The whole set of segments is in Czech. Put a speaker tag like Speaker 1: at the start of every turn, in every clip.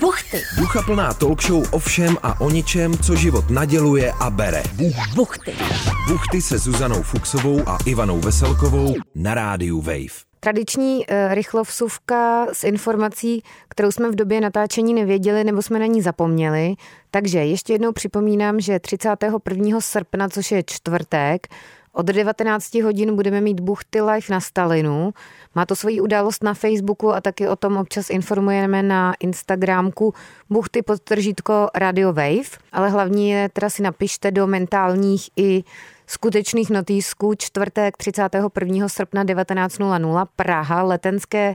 Speaker 1: Buchty.
Speaker 2: Ducha plná talk show o všem a o ničem, co život naděluje a bere.
Speaker 1: Buchty.
Speaker 2: Buchty se Zuzanou Fuxovou a Ivanou Veselkovou na rádiu Wave.
Speaker 3: Tradiční eh, rychlovsuvka s informací, kterou jsme v době natáčení nevěděli nebo jsme na ní zapomněli. Takže ještě jednou připomínám, že 31. srpna, což je čtvrtek, od 19 hodin budeme mít Buchty Live na Stalinu. Má to svoji událost na Facebooku a taky o tom občas informujeme na Instagramku Buchty podtržítko Radio Wave. Ale hlavní je teda si napište do mentálních i skutečných notýsků čtvrtek 31. srpna 19.00 Praha, letenské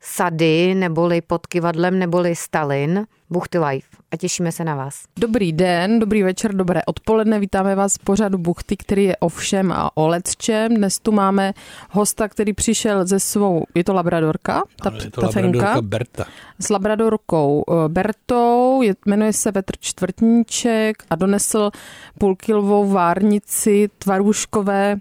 Speaker 3: sady, neboli pod kivadlem, neboli Stalin, Buchty Live. A těšíme se na vás.
Speaker 4: Dobrý den, dobrý večer, dobré odpoledne. Vítáme vás v pořadu Buchty, který je o všem a o letčem. Dnes tu máme hosta, který přišel ze svou, je to labradorka, ta,
Speaker 5: Ano, je to
Speaker 4: ta fenka,
Speaker 5: labradorka Berta.
Speaker 4: s labradorkou eh, Bertou, je, jmenuje se Petr Čtvrtníček a donesl půlkilovou várnici tvarůškové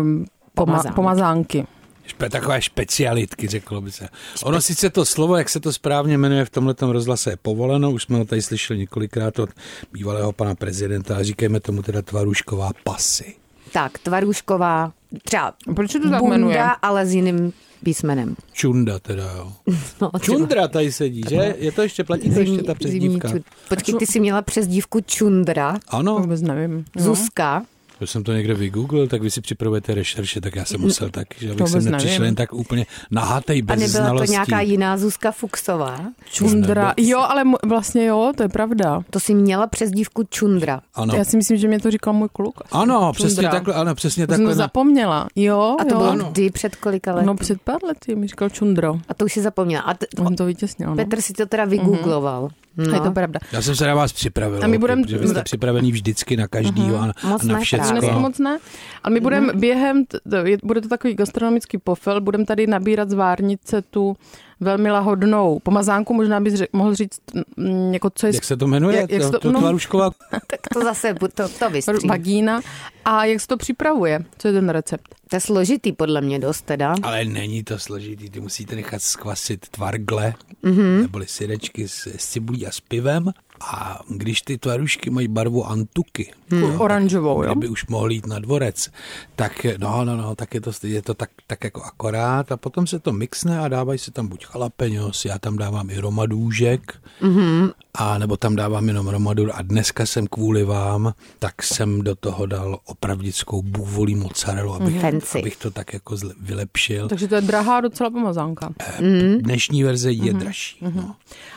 Speaker 4: um,
Speaker 1: Pomazánky.
Speaker 4: poma, pomazánky.
Speaker 5: Špe, takové specialitky, řeklo by se. Ono sice to slovo, jak se to správně jmenuje v tomto rozhlase, je povoleno, už jsme ho tady slyšeli několikrát od bývalého pana prezidenta a říkejme tomu teda tvarušková pasy.
Speaker 3: Tak, Tvarůšková, třeba
Speaker 4: Proč se to tak
Speaker 3: Bunda,
Speaker 4: jmenuje?
Speaker 3: ale s jiným písmenem.
Speaker 5: Čunda teda, jo.
Speaker 3: No, třeba
Speaker 5: Čundra tady sedí, že? Je to ještě, platí to ještě ta přezdívka? No.
Speaker 3: ču- Počkej, ty jsi měla přezdívku Čundra,
Speaker 5: Ano,
Speaker 4: Vůbec nevím. No.
Speaker 3: Zuzka.
Speaker 5: to jsem to někde vygooglil, tak vy si připravujete rešerše, tak já jsem musel tak, že abych
Speaker 4: No, vůbec
Speaker 5: sem nepřišel
Speaker 4: nevím.
Speaker 5: jen tak úplně nahatej
Speaker 3: A
Speaker 5: bez
Speaker 3: nebyla
Speaker 5: znalostí.
Speaker 3: to nějaká jiná Zuzka Fuxová?
Speaker 4: Čundra. Jo, ale mo- vlastně jo, to je pravda.
Speaker 3: To si měla přezdívku Čundra.
Speaker 5: Ano,
Speaker 4: Já si myslím, že mě to říkal můj kluk.
Speaker 5: ano, přesně
Speaker 4: Čundra.
Speaker 5: takhle, ano, přesně
Speaker 4: To jsem to
Speaker 5: takhle. na-
Speaker 4: zapomněla. Jo,
Speaker 3: A to
Speaker 4: jo.
Speaker 3: bylo
Speaker 5: Ano.
Speaker 3: kdy, před kolika lety?
Speaker 4: No před pár lety mi říkal Čundro.
Speaker 3: A to už si zapomněla. A t-
Speaker 4: On to vytěsnil. No.
Speaker 3: Petr si to teda vygoogloval.
Speaker 4: no. Je to
Speaker 3: No.
Speaker 4: pravda.
Speaker 5: Já jsem se na vás připravil.
Speaker 4: A my budem- Mhm.
Speaker 5: Protože vy jste připravený vždycky na každýho a,
Speaker 3: Moc
Speaker 5: a
Speaker 3: ne,
Speaker 5: na
Speaker 4: Dnes
Speaker 3: právě.
Speaker 5: všechno.
Speaker 4: moc ne. Ale my
Speaker 3: No.
Speaker 4: budeme během, t- t- je- bude to takový gastronomický pofel, budeme tady nabírat z várnice tu velmi lahodnou pomazánku, možná bys řek, mohl říct mm, jako co je
Speaker 5: Jak se to jmenuje?
Speaker 4: Jak- jak se
Speaker 5: to,
Speaker 4: to-
Speaker 5: to
Speaker 4: no.
Speaker 5: tvarušková...
Speaker 3: Tak to zase, bu- to, to vystřílí.
Speaker 4: vagína a jak se to připravuje, co je ten recept.
Speaker 3: To je složitý podle mě dost teda.
Speaker 5: Ale není to složitý, ty musíte nechat skvasit tvargle,
Speaker 4: Mhm.
Speaker 5: mm-hmm. neboli syrečky s, s cibulí a s pivem. A když ty tvarušky mají barvu antuky,
Speaker 4: Hmm. Oranžovou, jo?
Speaker 5: kdyby už mohl jít na dvorec, tak no, no, no, tak je to, je to tak, tak jako akorát a potom se to mixne a dávají se tam buď jalapenos, já tam dávám i romadůžek,
Speaker 4: Mhm.
Speaker 5: mm-hmm. a nebo tam dávám jenom romadur a dneska jsem kvůli vám, tak jsem do toho dal opravdickou bůvolí mozzarellu, abych,
Speaker 3: Fancy.
Speaker 5: abych to tak jako zle- vylepšil.
Speaker 4: Takže to je drahá docela pomazánka.
Speaker 5: Eh. Dnešní verze je dražší. No.
Speaker 4: mhm.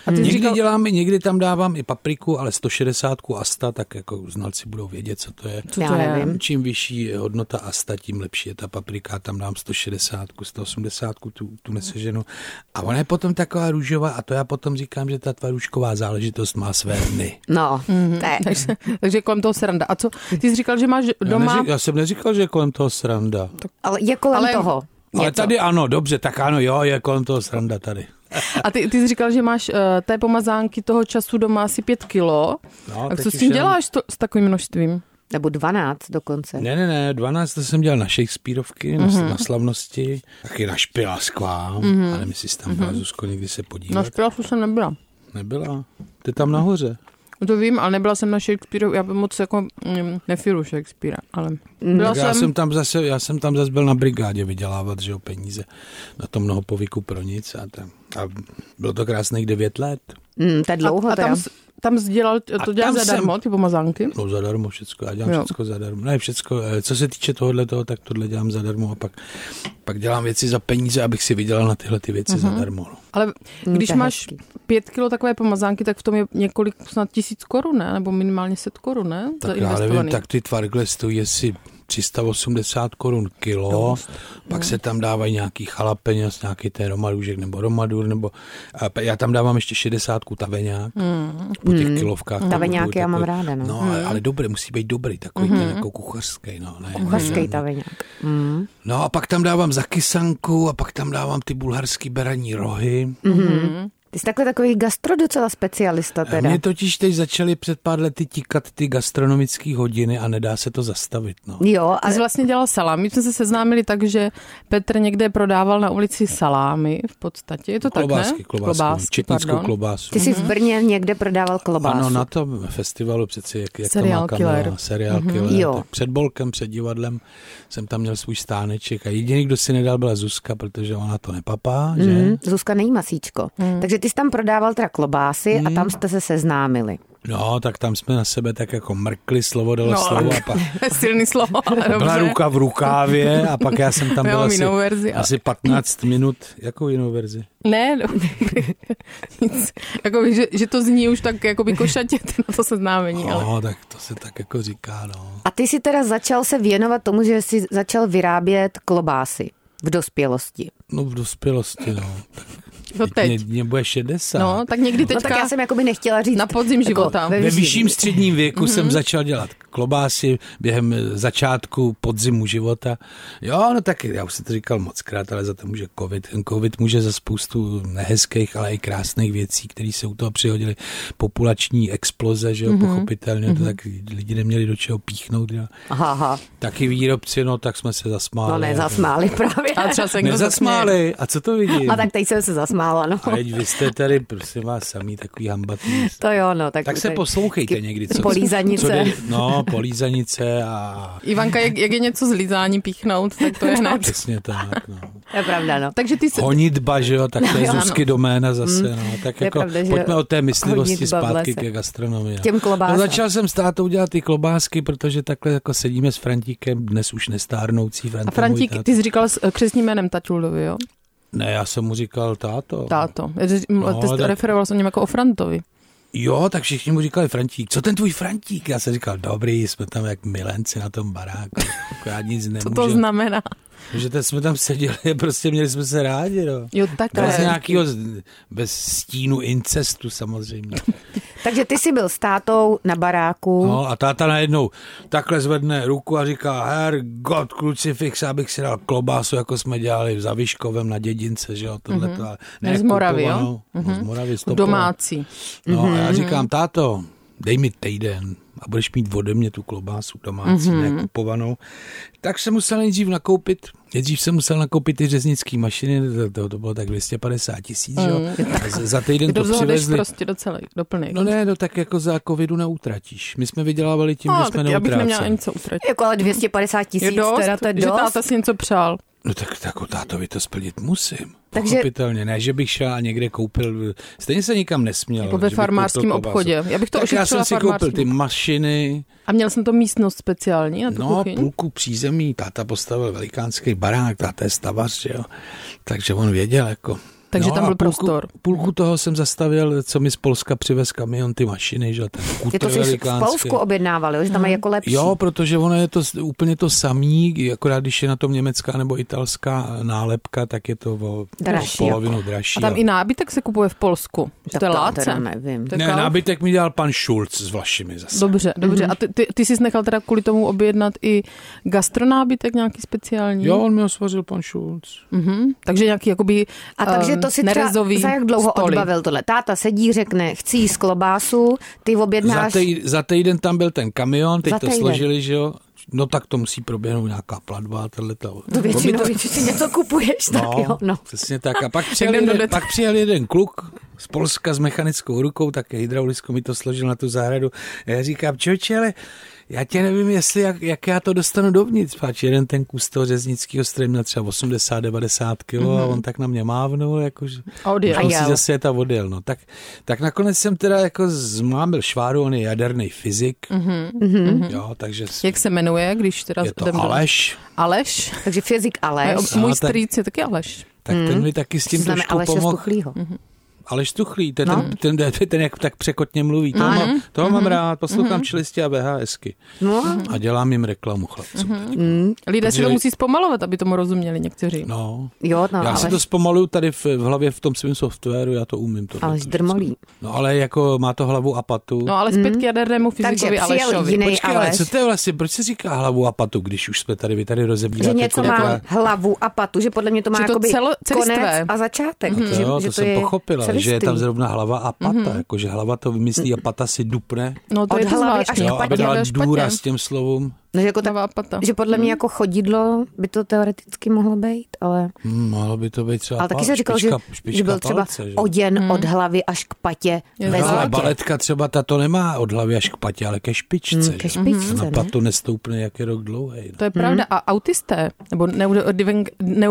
Speaker 4: A ty
Speaker 5: Někdy
Speaker 4: říkal,
Speaker 5: dělám, i- někdy tam dávám i papriku, ale 160 asta, tak jako znalci budou vědět, co to je.
Speaker 4: co
Speaker 3: Já
Speaker 4: to je?
Speaker 3: nevím.
Speaker 5: Čím vyšší je hodnota asta, tím lepší je ta paprika. Tam dám 160, 180, tu, tu neseženu. A ona je potom taková růžová a to já potom říkám, že ta tvarušková záležitost má své dny.
Speaker 3: No, to je
Speaker 4: Mhm. Takže, takže kolem toho sranda. A co, ty jsi říkal, že máš
Speaker 5: Já,
Speaker 4: doma...
Speaker 5: neřík, já jsem neříkal, že je kolem toho sranda.
Speaker 3: Ale je kolem
Speaker 4: Ale-
Speaker 3: toho.
Speaker 5: Ale tady ano, dobře, tak ano, jo, je kolem toho sranda tady.
Speaker 4: A ty, ty jsi říkal, že máš uh, té pomazánky toho času doma asi pět kilo.
Speaker 5: No,
Speaker 4: No,
Speaker 5: teď
Speaker 4: a co s
Speaker 5: už
Speaker 4: tím
Speaker 5: jen- No,
Speaker 4: děláš to, s takovým množstvím?
Speaker 3: Nebo 12 dokonce.
Speaker 5: Ne, ne, ne, 12 to jsem dělal na Shakespeareovky, mm-hmm. na, na slavnosti, taky na špilaskvám, mm-hmm. ale my si tam byla Zuzko někdy se podívat.
Speaker 4: Na
Speaker 5: No,
Speaker 4: špilasu jsem nebyla.
Speaker 5: Nebyla. Ty tam nahoře.
Speaker 4: No To vím, ale nebyla jsem na Shakespeare, já moc jako mm, nefilu Shakespearea, ale byla
Speaker 3: Mm.
Speaker 5: Tak já
Speaker 4: jsem,
Speaker 5: jsem tam zase, já jsem tam zase byl na brigádě vydělávat, že jo, peníze na to mnoho povyku pro nic a, tam, a bylo to krásných 9 let.
Speaker 3: Mm, to je dlouho
Speaker 4: a, a
Speaker 3: teda.
Speaker 4: tam, s- tam jsi dělal, to
Speaker 5: A
Speaker 4: dělal
Speaker 5: tam jsem-
Speaker 4: zadarmo, ty pomazánky?
Speaker 5: No zadarmo všecko, já dělám
Speaker 4: Jo.
Speaker 5: jo. všecko zadarmo. Ne, všecko, eh, co se týče tohohle toho, tak tohle dělám zadarmo a pak, pak dělám věci za peníze, abych si vydělal na tyhle ty věci mm-hmm. zadarmo. No.
Speaker 4: Ale když
Speaker 3: Mm, to je
Speaker 4: máš
Speaker 3: hezký.
Speaker 4: pět kilo takové pomazánky, tak v tom je několik, snad tisíc korun, ne? Nebo minimálně set korun, ne?
Speaker 5: Tak já nevím, tak ty tvargle stojí asi 380 korun kilo, pak
Speaker 3: No.
Speaker 5: se tam dávají nějaký chalapeněz, nějaký ten romadůžek nebo romadur, nebo a pe- já tam dávám ještě 60 taveňák po těch kilovkách. tam
Speaker 3: Hmm. Taveňáky
Speaker 5: budou
Speaker 3: já mám
Speaker 5: takový-
Speaker 3: ráda, no. Hmm.
Speaker 5: No, ale, ale dobrý, musí být dobrý, takový ten jako kuchařský, no. Ne,
Speaker 3: Hezkej
Speaker 5: ne,
Speaker 3: ta nějak. Mm.
Speaker 5: No
Speaker 3: Hmm.
Speaker 5: a pak tam dávám zakysanku a pak tam dávám ty bulharský beraní rohy. Mm-hmm.
Speaker 3: Ty jsi takhle takový gastro docela specialista teda.
Speaker 5: Mě totiž teď začaly před pár lety tikat ty gastronomické hodiny a nedá se to zastavit. No.
Speaker 3: Jo,
Speaker 4: Ty
Speaker 3: ale
Speaker 4: jsi vlastně dělal salámy. My jsme se seznámili tak, že Petr někde prodával na ulici salámy v podstatě. Je to tak,
Speaker 5: Klobásky,
Speaker 4: ne?
Speaker 5: klobásky, klobásky četnickou
Speaker 4: pardon.
Speaker 5: klobásu.
Speaker 3: ty
Speaker 4: Mhm.
Speaker 3: jsi v Brně někde prodával klobásu.
Speaker 5: Ano, na tom festivalu přeci, jak, jak
Speaker 4: Serial
Speaker 5: to má kamera,
Speaker 4: killer. Mhm.
Speaker 5: seriál mm-hmm. killer.
Speaker 3: Jo.
Speaker 5: Tak před bolkem, před divadlem jsem tam měl svůj stáneček a jediný, kdo si nedal, byla Zuzka, protože ona to nepapá, že?
Speaker 3: Mhm, Zuzka nejí masíčko.
Speaker 4: Mhm.
Speaker 3: Takže ty jsi tam prodával teda klobásy a tam jste se seznámili.
Speaker 5: No, tak tam jsme na sebe tak jako mrkli slovo dalo
Speaker 4: No,
Speaker 5: slovo a pak
Speaker 4: Silný slovo, ale
Speaker 5: byla
Speaker 4: dobře.
Speaker 5: ruka v rukávě a pak já jsem tam
Speaker 4: Já
Speaker 5: byl
Speaker 4: mám
Speaker 5: asi,
Speaker 4: jinou verzi, ale-
Speaker 5: asi 15 minut. Jakou jinou verzi?
Speaker 4: Ne, no, nic. Jako, že, že, to zní už tak jako by košatě na to seznámení, ale
Speaker 5: No, tak to se tak jako říká, no.
Speaker 3: A ty jsi teda začal se věnovat tomu, že jsi začal vyrábět klobásy v dospělosti.
Speaker 5: No v dospělosti, no. Tak
Speaker 4: to
Speaker 5: Mě,
Speaker 4: teď.
Speaker 5: mě bude 60.
Speaker 4: No, tak někdy
Speaker 3: No
Speaker 4: teďka...
Speaker 3: tak já jsem jakoby nechtěla říct. jako
Speaker 4: na podzim života.
Speaker 3: ve
Speaker 5: Ve
Speaker 3: vyšším. Mhm.
Speaker 5: vyšším středním věku jsem začal dělat klobásy během eh, začátku podzimu života. Jo, no taky, já už jsem to říkal moc krát, ale za to může covid. Ten covid může za spoustu nehezkých, ale i krásných věcí, které se u toho přihodily. Populační exploze,
Speaker 3: Mhm.
Speaker 5: že jo, pochopitelně, to tak lidi neměli do čeho píchnout. Jo.
Speaker 3: Aha, aha.
Speaker 5: Taky výrobci, no tak jsme se zasmáli.
Speaker 3: No ne, zasmáli právě.
Speaker 4: A třeba se někdo zasmáli.
Speaker 5: Nezasmáli, a co to vidím?
Speaker 3: A tak teď jsem se zasmála, no.
Speaker 5: A teď vy jste tady, prosím vás, samý takový hambatný.
Speaker 3: To jo, no. Tak,
Speaker 5: Tak se
Speaker 3: tak-
Speaker 5: poslouchejte někdy. Co,
Speaker 3: Polízanice.
Speaker 5: Co jde, no, polízanice a
Speaker 4: Ivanka, jak, jak, je něco z lízání píchnout, tak to je hned.
Speaker 5: přesně tak. No.
Speaker 3: To je pravda, no.
Speaker 4: Takže ty jsi,
Speaker 5: Honitba, že jo, tak to je
Speaker 4: Ano.
Speaker 5: Zuzky doména zase. No. Tak
Speaker 3: Mm. To je
Speaker 5: jako
Speaker 3: pravda, že
Speaker 5: pojďme od té myslivosti
Speaker 3: honitba v
Speaker 5: zpátky
Speaker 3: lese.
Speaker 5: ke gastronomii. no.
Speaker 3: Těm klobásám.
Speaker 5: No, začal jsem s tátou dělat ty klobásky, protože takhle jako sedíme s Frantíkem, dnes už nestárnoucí Frantík.
Speaker 4: a Frantík, ty jsi říkal s eh, křesním jménem Tatuldovi, jo?
Speaker 5: Ne, já jsem mu říkal táto.
Speaker 4: Táto. No,
Speaker 5: No,
Speaker 4: ty jsi
Speaker 5: tak-
Speaker 4: referoval se o něm jako o Frantovi.
Speaker 5: Jo, tak všichni mu říkali Frantík, co ten tvůj Frantík? Já jsem říkal, dobrý, jsme tam jak milenci na tom baráku, akorát nic
Speaker 4: Co
Speaker 5: nemůžeme.
Speaker 4: to znamená?
Speaker 5: Že teď jsme tam seděli, prostě měli jsme se rádi, no.
Speaker 4: Jo,
Speaker 5: Bez
Speaker 4: takhle.
Speaker 5: nějakého, z- bez stínu incestu samozřejmě.
Speaker 3: Takže ty jsi byl s tátou na baráku.
Speaker 5: No a táta najednou takhle zvedne ruku a říká, her, God, krucifix, abych si dal klobásu, jako jsme dělali v Zaviškovém na dědince, že jo, tohle to. ale ne
Speaker 4: Mhm. Z Moravy, jo? Mhm.
Speaker 5: kupovanou, No, z Moravy, stopovou.
Speaker 4: Domácí.
Speaker 5: No a
Speaker 4: Mhm.
Speaker 5: já říkám, táto, dej mi týden a budeš mít ode mě tu klobásu domácí,
Speaker 4: Mhm.
Speaker 5: mm-hmm. nekupovanou. Tak jsem musel nejdřív nakoupit, nejdřív jsem musel nakoupit ty řeznické mašiny, to- to, to bylo tak 250 tisíc, mm. jo. A z- za týden
Speaker 4: Kdo
Speaker 5: to
Speaker 4: zhodeš
Speaker 5: přivezli.
Speaker 4: prostě do celé, do plnej.
Speaker 5: No ne, no tak jako za covidu neutratíš. My jsme vydělávali tím,
Speaker 4: no,
Speaker 5: že jsme
Speaker 4: tak já bych neměla
Speaker 5: neutráceli.
Speaker 4: ani co utratit.
Speaker 3: Jako ale 250
Speaker 4: Je
Speaker 3: tisíc,
Speaker 4: dost,
Speaker 3: teda to je
Speaker 4: že
Speaker 3: dost.
Speaker 4: táta si něco přál.
Speaker 5: No tak, tak o tátovi to splnit musím.
Speaker 3: Takže-
Speaker 5: Takže... Pochopitelně, ne, že bych šel a někde koupil, stejně se nikam nesměl.
Speaker 4: Jako ve
Speaker 5: že bych
Speaker 4: farmářském
Speaker 5: koupil klobásu.
Speaker 4: obchodě. Já bych to
Speaker 5: tak já
Speaker 4: ošetřila
Speaker 5: jsem si koupil ty
Speaker 4: farmářským.
Speaker 5: mašiny,
Speaker 4: A měl jsem to místnost speciální na tu
Speaker 5: No,
Speaker 4: kuchyň.
Speaker 5: půlku přízemí, táta postavil velikánský barák, táta je stavař, že jo. Takže on věděl, jako.
Speaker 4: Takže
Speaker 5: no,
Speaker 4: tam
Speaker 5: a
Speaker 4: byl
Speaker 5: půlku,
Speaker 4: prostor.
Speaker 5: Půlku toho jsem zastavil, co mi z Polska přivez kamion, ty mašiny, že jo, ten
Speaker 3: Je
Speaker 5: kutr
Speaker 3: to si v
Speaker 5: velikánský.
Speaker 3: Polsku objednávali, jo, že
Speaker 4: Mhm.
Speaker 3: tam je jako lepší.
Speaker 5: Jo, protože ono je to s- úplně to samý, akorát když je na tom německá nebo italská nálepka, tak je to o,
Speaker 3: Dražší
Speaker 5: o polovinu dražší.
Speaker 4: A tam
Speaker 5: ale-
Speaker 4: i nábytek se kupuje v Polsku. Že
Speaker 3: Tak
Speaker 4: to je
Speaker 3: to
Speaker 4: láce.
Speaker 3: teda nevím.
Speaker 4: To je
Speaker 5: ne,
Speaker 4: kauf.
Speaker 5: nábytek Mhm. mi dělal pan Schulz s Vlašimi zase.
Speaker 4: Dobře, dobře. A ty, ty, ty jsi nechal teda kvůli tomu objednat i gastronábytek nějaký speciální?
Speaker 5: Jo, on mi ho svařil pan Schulz.
Speaker 4: Mhm. Takže nějaký jakoby
Speaker 3: A takže
Speaker 4: ehm,
Speaker 3: to si třeba
Speaker 4: nerezový
Speaker 3: za jak dlouho
Speaker 4: stoly.
Speaker 3: odbavil tohle? Táta sedí, řekne, chci jíst klobásu, ty
Speaker 5: Za,
Speaker 3: objednáš...
Speaker 5: tej, za týden tam byl ten kamion, teď
Speaker 3: Za
Speaker 5: to
Speaker 3: týden.
Speaker 5: složili, že jo. No tak to musí proběhnout nějaká platba a tohle to.
Speaker 3: To většinou, když si něco kupuješ, tak
Speaker 5: No,
Speaker 3: jo, no.
Speaker 5: přesně tak. A pak přijel,
Speaker 4: jdem do
Speaker 5: jeden,
Speaker 4: detailu.
Speaker 5: pak přijel jeden kluk z Polska s mechanickou rukou, také hydraulickou mi to složil na tu zahradu. A já říkám, čoče, ale já tě nevím, jestli jak, jak já to dostanu dovnitř. Páč, jeden ten kus toho řeznického stroje měl třeba 80-90 kg mm-hmm. a on tak na mě mávnul, jakože...
Speaker 4: A odjel.
Speaker 5: A
Speaker 3: A jel.
Speaker 5: si zase jet a odjel. No. Tak, tak nakonec jsem teda jako zmámil šváru, on je jaderný fyzik, mm-hmm. jo, takže
Speaker 4: Jak se jmenuje, když teda...
Speaker 5: je
Speaker 4: jdem
Speaker 5: to
Speaker 4: do-
Speaker 5: Aleš.
Speaker 4: Aleš?
Speaker 3: Takže fyzik Aleš.
Speaker 4: Aleš. Můj
Speaker 5: A ten-
Speaker 4: strýc je taky Aleš.
Speaker 5: Tak ten mi taky s tím
Speaker 3: Známe
Speaker 5: trošku
Speaker 3: Aleše z
Speaker 5: pomohl.
Speaker 3: Tuchlýho.
Speaker 4: Mhm.
Speaker 5: Ale štuchlý, to
Speaker 3: No.
Speaker 5: je ten, ten, ten, ten, jak tak překotně mluví. Toho, mám, toho
Speaker 3: Mhm.
Speaker 5: mám rád, poslouchám čelistě a BHSky.
Speaker 3: No,
Speaker 5: A dělám jim reklamu chlapcům.
Speaker 3: Mhm.
Speaker 5: teď.
Speaker 4: Lidé si
Speaker 5: Protože-
Speaker 4: to musí zpomalovat, aby tomu rozuměli někteří.
Speaker 5: No.
Speaker 3: jo, no,
Speaker 5: Já si to
Speaker 3: Aleš,
Speaker 5: zpomaluju tady v, v hlavě v tom svém softwaru, já to umím. To
Speaker 3: Aleš drmolí.
Speaker 5: No ale jako má to hlavu a patu.
Speaker 4: No ale zpět k jadernému
Speaker 3: Mm. Takže
Speaker 4: fyzikovi
Speaker 3: přijel
Speaker 4: Alešovi.
Speaker 3: jiný
Speaker 5: Počkej, ale
Speaker 3: Aleš,
Speaker 5: co to je vlastně, proč se říká hlavu a patu, když už jsme tady, vy tady rozebíráte
Speaker 3: že něco má
Speaker 5: kolikrát-
Speaker 3: hlavu a patu, že podle mě to má
Speaker 4: Že to
Speaker 3: jakoby
Speaker 4: celo- Mhm. celistvé.
Speaker 3: konec a začátek.
Speaker 5: to jo, to jsem pochopil, ale že je tam
Speaker 3: celistvý.
Speaker 5: zrovna hlava a pata,
Speaker 3: Mhm.
Speaker 5: mm-hmm. jakože hlava to vymyslí a
Speaker 3: Mm.
Speaker 5: pata si dupne,
Speaker 4: No to
Speaker 3: Od
Speaker 4: je to
Speaker 3: hlavy až
Speaker 4: zvláštní.
Speaker 3: k
Speaker 5: jo, aby
Speaker 3: patě,
Speaker 5: dala
Speaker 4: to je špatně.
Speaker 5: důraz těm slovům.
Speaker 3: No, že, jako tak,
Speaker 4: Nová pata. Mhm.
Speaker 3: že podle mě jako chodidlo by to teoreticky mohlo být, ale...
Speaker 5: Hm, mohlo by to být třeba
Speaker 3: Ale taky
Speaker 5: pal-
Speaker 3: se říkal, že,
Speaker 5: špička, špička
Speaker 3: že byl třeba
Speaker 5: palce, že?
Speaker 3: oděn od hlavy až k patě
Speaker 4: Je
Speaker 3: ve
Speaker 4: to
Speaker 5: No, Ale
Speaker 3: zlatě.
Speaker 4: tak.
Speaker 5: baletka třeba ta to nemá od hlavy až k patě, ale ke špičce.
Speaker 3: Mm, ke
Speaker 5: že?
Speaker 3: špičce,
Speaker 5: Na
Speaker 3: ne?
Speaker 5: patu nestoupne jak je rok dlouhý. No.
Speaker 4: To je
Speaker 3: Mhm.
Speaker 4: pravda. A autisté, nebo neurodiven-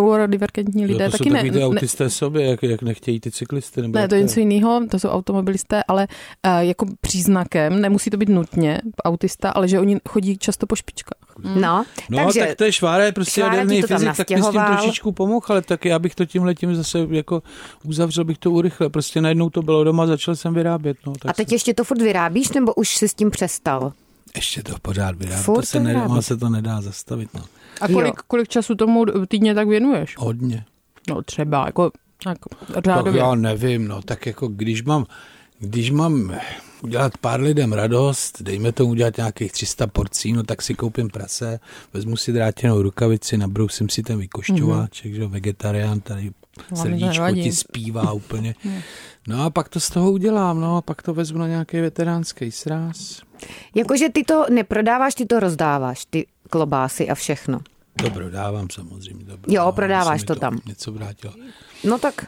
Speaker 4: neurodivergentní lidé,
Speaker 5: Jo, to
Speaker 4: taky
Speaker 5: jsou
Speaker 4: ne,
Speaker 5: takový ty
Speaker 4: ne,
Speaker 5: autisté sobě, jak, jak nechtějí ty cyklisty. Nebo
Speaker 4: ne,
Speaker 5: jak
Speaker 4: to je něco jiného, to jsou automobilisté, ale uh, jako příznakem, nemusí to být nutně autista, ale že oni chodí často po špičkách.
Speaker 3: No,
Speaker 5: No,
Speaker 3: takže
Speaker 5: tak to je Švára, je prostě
Speaker 3: Švára ti
Speaker 5: jaderný
Speaker 3: to tam
Speaker 5: fyzik, tak mi s tím
Speaker 3: nastěhoval.
Speaker 5: trošičku pomohl, ale tak já bych to tím letím zase jako uzavřel, bych to urychle. Prostě najednou to bylo doma, začal jsem vyrábět. No, tak
Speaker 3: a teď ještě to furt vyrábíš, nebo už si s tím přestal?
Speaker 5: jsem, ještě to pořád vyrábím,
Speaker 3: Furt
Speaker 5: to
Speaker 3: to
Speaker 5: se, nedá,
Speaker 3: vyrábíš.
Speaker 5: ono se to nedá zastavit. No.
Speaker 4: A
Speaker 3: Jo.
Speaker 4: kolik, kolik času tomu týdně tak věnuješ?
Speaker 5: Hodně.
Speaker 4: No třeba, jako, tak
Speaker 5: Tak
Speaker 4: řádově.
Speaker 5: já nevím, no, tak jako když mám, když mám udělat pár lidem radost, dejme tomu udělat nějakých 300 porcí, no tak si koupím prase, vezmu si drátěnou rukavici, nabrousím si ten
Speaker 3: Mhm.
Speaker 5: vykošťováček, mm-hmm. že jo, vegetarián, tady
Speaker 3: No,
Speaker 4: Vám to
Speaker 5: srdíčko
Speaker 4: nevadí.
Speaker 5: ti zpívá úplně. No a pak to z toho udělám, no a pak to vezmu na nějaký veteránský sraz.
Speaker 3: Jakože ty to neprodáváš, ty to rozdáváš, ty klobásy a všechno.
Speaker 5: Dobro, dávám samozřejmě. Dobro, No,
Speaker 3: Jo, prodáváš to tam.
Speaker 5: Něco vrátilo.
Speaker 3: No tak,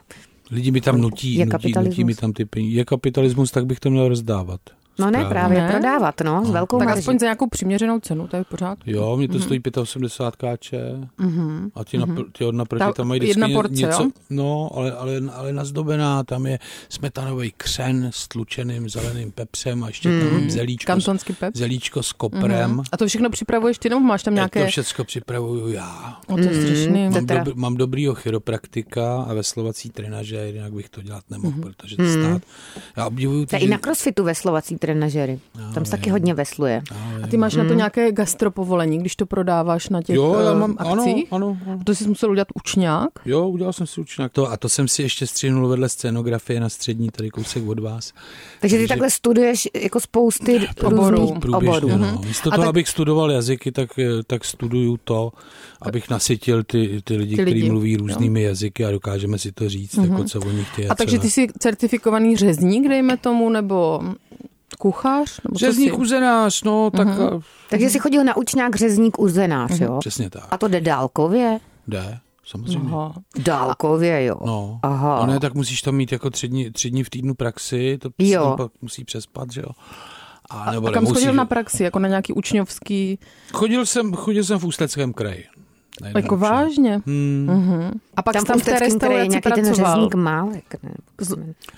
Speaker 5: Lidi mi tam nutí,
Speaker 3: Je
Speaker 5: nutí, nutí
Speaker 3: kapitalismus.
Speaker 5: mi tam ty peníze. Je kapitalismus, tak bych to měl rozdávat.
Speaker 3: no ne
Speaker 5: Správně.
Speaker 3: právě,
Speaker 4: Ne?
Speaker 3: prodávat, no, s velkou
Speaker 4: Tak
Speaker 3: marží.
Speaker 4: aspoň za nějakou přiměřenou cenu, to je pořád.
Speaker 5: Jo, mě to
Speaker 4: Mhm.
Speaker 5: stojí 85 káče mm-hmm. a ti, mm-hmm. na, ti od naproti
Speaker 4: Ta
Speaker 5: tam mají
Speaker 4: jedna
Speaker 5: vždycky ně-
Speaker 4: porce,
Speaker 5: něco,
Speaker 4: jo?
Speaker 5: no, ale, ale, ale nazdobená, tam je smetanový křen s tlučeným zeleným pepřem a ještě mm. tam zelíčko,
Speaker 4: Hmm. Kantonský pep.
Speaker 5: zelíčko s koprem. Mm-hmm.
Speaker 4: A to všechno připravuješ ty, nebo máš tam
Speaker 5: To
Speaker 4: nějaké...
Speaker 5: všechno připravuju já.
Speaker 4: O, to je
Speaker 3: Mm-hmm.
Speaker 4: strašný. no.
Speaker 3: To
Speaker 5: Mám,
Speaker 3: teda-
Speaker 5: dobr, mám dobrýho chiropraktika a veslovací trenažér, jinak bych to dělat
Speaker 4: Mhm.
Speaker 5: nemohl, mm-hmm. protože to
Speaker 4: Hmm.
Speaker 5: stát. Já obdivuju
Speaker 3: To
Speaker 5: ty,
Speaker 3: je i
Speaker 5: že- No,
Speaker 3: na crossfitu veslovací trenažery. Tam se taky hodně vesluje.
Speaker 4: A ty máš na
Speaker 3: Mm-hmm.
Speaker 4: to nějaké gastropovolení, když to prodáváš na těch
Speaker 5: Jo, já
Speaker 4: eh,
Speaker 5: mám, ano,
Speaker 4: akcích?
Speaker 5: ano, ano.
Speaker 4: To jsi musel udělat učňák?
Speaker 5: Jo, udělal jsem si učňák. To, a to jsem si ještě střihnul vedle scénografie na střední, tady kousek od vás.
Speaker 3: Takže ty takhle studuješ jako spousty
Speaker 4: Oborů.
Speaker 3: různých oborů.
Speaker 5: Průběžně,
Speaker 4: Mhm.
Speaker 5: no. Místo
Speaker 3: A
Speaker 5: toho,
Speaker 3: tak-
Speaker 5: abych studoval jazyky, tak, eh, tak studuju to, abych nasytil ty, ty lidi,
Speaker 4: Ty lidi,
Speaker 5: kteří mluví
Speaker 4: jo. Mhm.
Speaker 5: různými jazyky a dokážeme si to říct, mm-hmm. jako co oni chtějí.
Speaker 4: A takže
Speaker 5: co ne.
Speaker 4: ty jsi certifikovaný řezník, dejme tomu, nebo kuchař? Nebo co
Speaker 5: Řezník,
Speaker 4: jsi?
Speaker 5: uzenář, no, tak
Speaker 4: Mhm.
Speaker 5: mm-hmm.
Speaker 3: Takže jsi chodil na učňák, řezník, uzenář, jo?
Speaker 5: přesně tak.
Speaker 3: A to jde dálkově?
Speaker 5: Jde, samozřejmě.
Speaker 4: Aha.
Speaker 3: Dálkově, jo.
Speaker 5: No,
Speaker 3: Aha.
Speaker 5: no ne, tak musíš tam mít jako tři dny, tři dny v týdnu praxi, to
Speaker 3: Jo.
Speaker 5: jo. pak musí přespat, že jo. A, nebo
Speaker 4: A kam
Speaker 5: nemusíš-
Speaker 4: schodil na praxi, jako na nějaký učňovský,
Speaker 5: Chodil jsem, chodil jsem v Ústeckém kraji. Na jednom
Speaker 4: jako
Speaker 5: učení.
Speaker 4: vážně? Mhm.
Speaker 5: Hmm.
Speaker 4: A pak
Speaker 3: tam
Speaker 4: jsi tam v té
Speaker 3: Ústeckém kraji je
Speaker 4: restauraci
Speaker 3: nějaký ten
Speaker 4: pracoval.
Speaker 3: řezník Málek. Ne?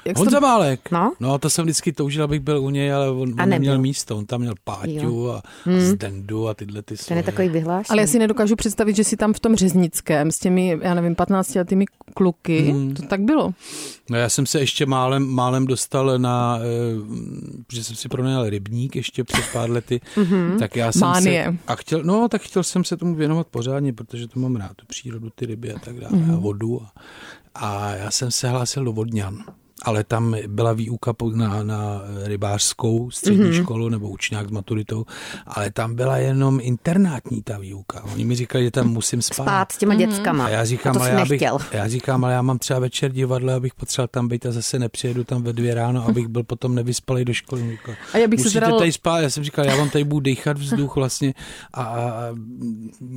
Speaker 4: Jak jsi
Speaker 5: Honza Málek.
Speaker 3: No.
Speaker 5: no, to jsem vždycky toužil, abych byl u něj, ale on,
Speaker 3: A
Speaker 5: on
Speaker 3: nebyl. Hmm.
Speaker 5: neměl místo. On tam měl Páťu a, a Zdendu a tyhle
Speaker 3: Ten
Speaker 5: ty svoje.
Speaker 3: je takový vyhlášený.
Speaker 4: Ale já si nedokážu představit, že jsi tam v tom řeznickém s těmi, já nevím, 15 letými kluky.
Speaker 5: Hmm.
Speaker 4: To tak bylo.
Speaker 5: No, já jsem se ještě málem, málem dostal na, eh, že jsem si pronajal rybník ještě před pár lety, tak já jsem
Speaker 4: Mánie.
Speaker 5: se, a chtěl, no tak chtěl jsem se tomu věnovat pořádně, protože to mám rád, tu přírodu, ty ryby a tak dále, a vodu a, a já jsem se hlásil do Vodňan. Ale tam byla výuka po- na, na rybářskou střední mm-hmm. školu nebo učňák s maturitou, ale tam byla jenom internátní ta výuka. Oni mi říkali, že tam musím spát.
Speaker 3: Spát s těma dětskama.
Speaker 5: A já
Speaker 3: a
Speaker 5: říkám,
Speaker 3: to
Speaker 5: ale
Speaker 3: jsi
Speaker 5: já, bych,
Speaker 3: nechtěl.
Speaker 5: já říkám, ale já mám třeba večer divadlo, abych potřeboval tam být a zase nepřijedu tam ve dvě ráno, abych byl potom nevyspalý do školy. On říkal,
Speaker 4: A já bych se
Speaker 5: Musíte
Speaker 4: teda-
Speaker 5: tady spát, já jsem říkal, já vám tady budu dechat vzduch vlastně. A, a, a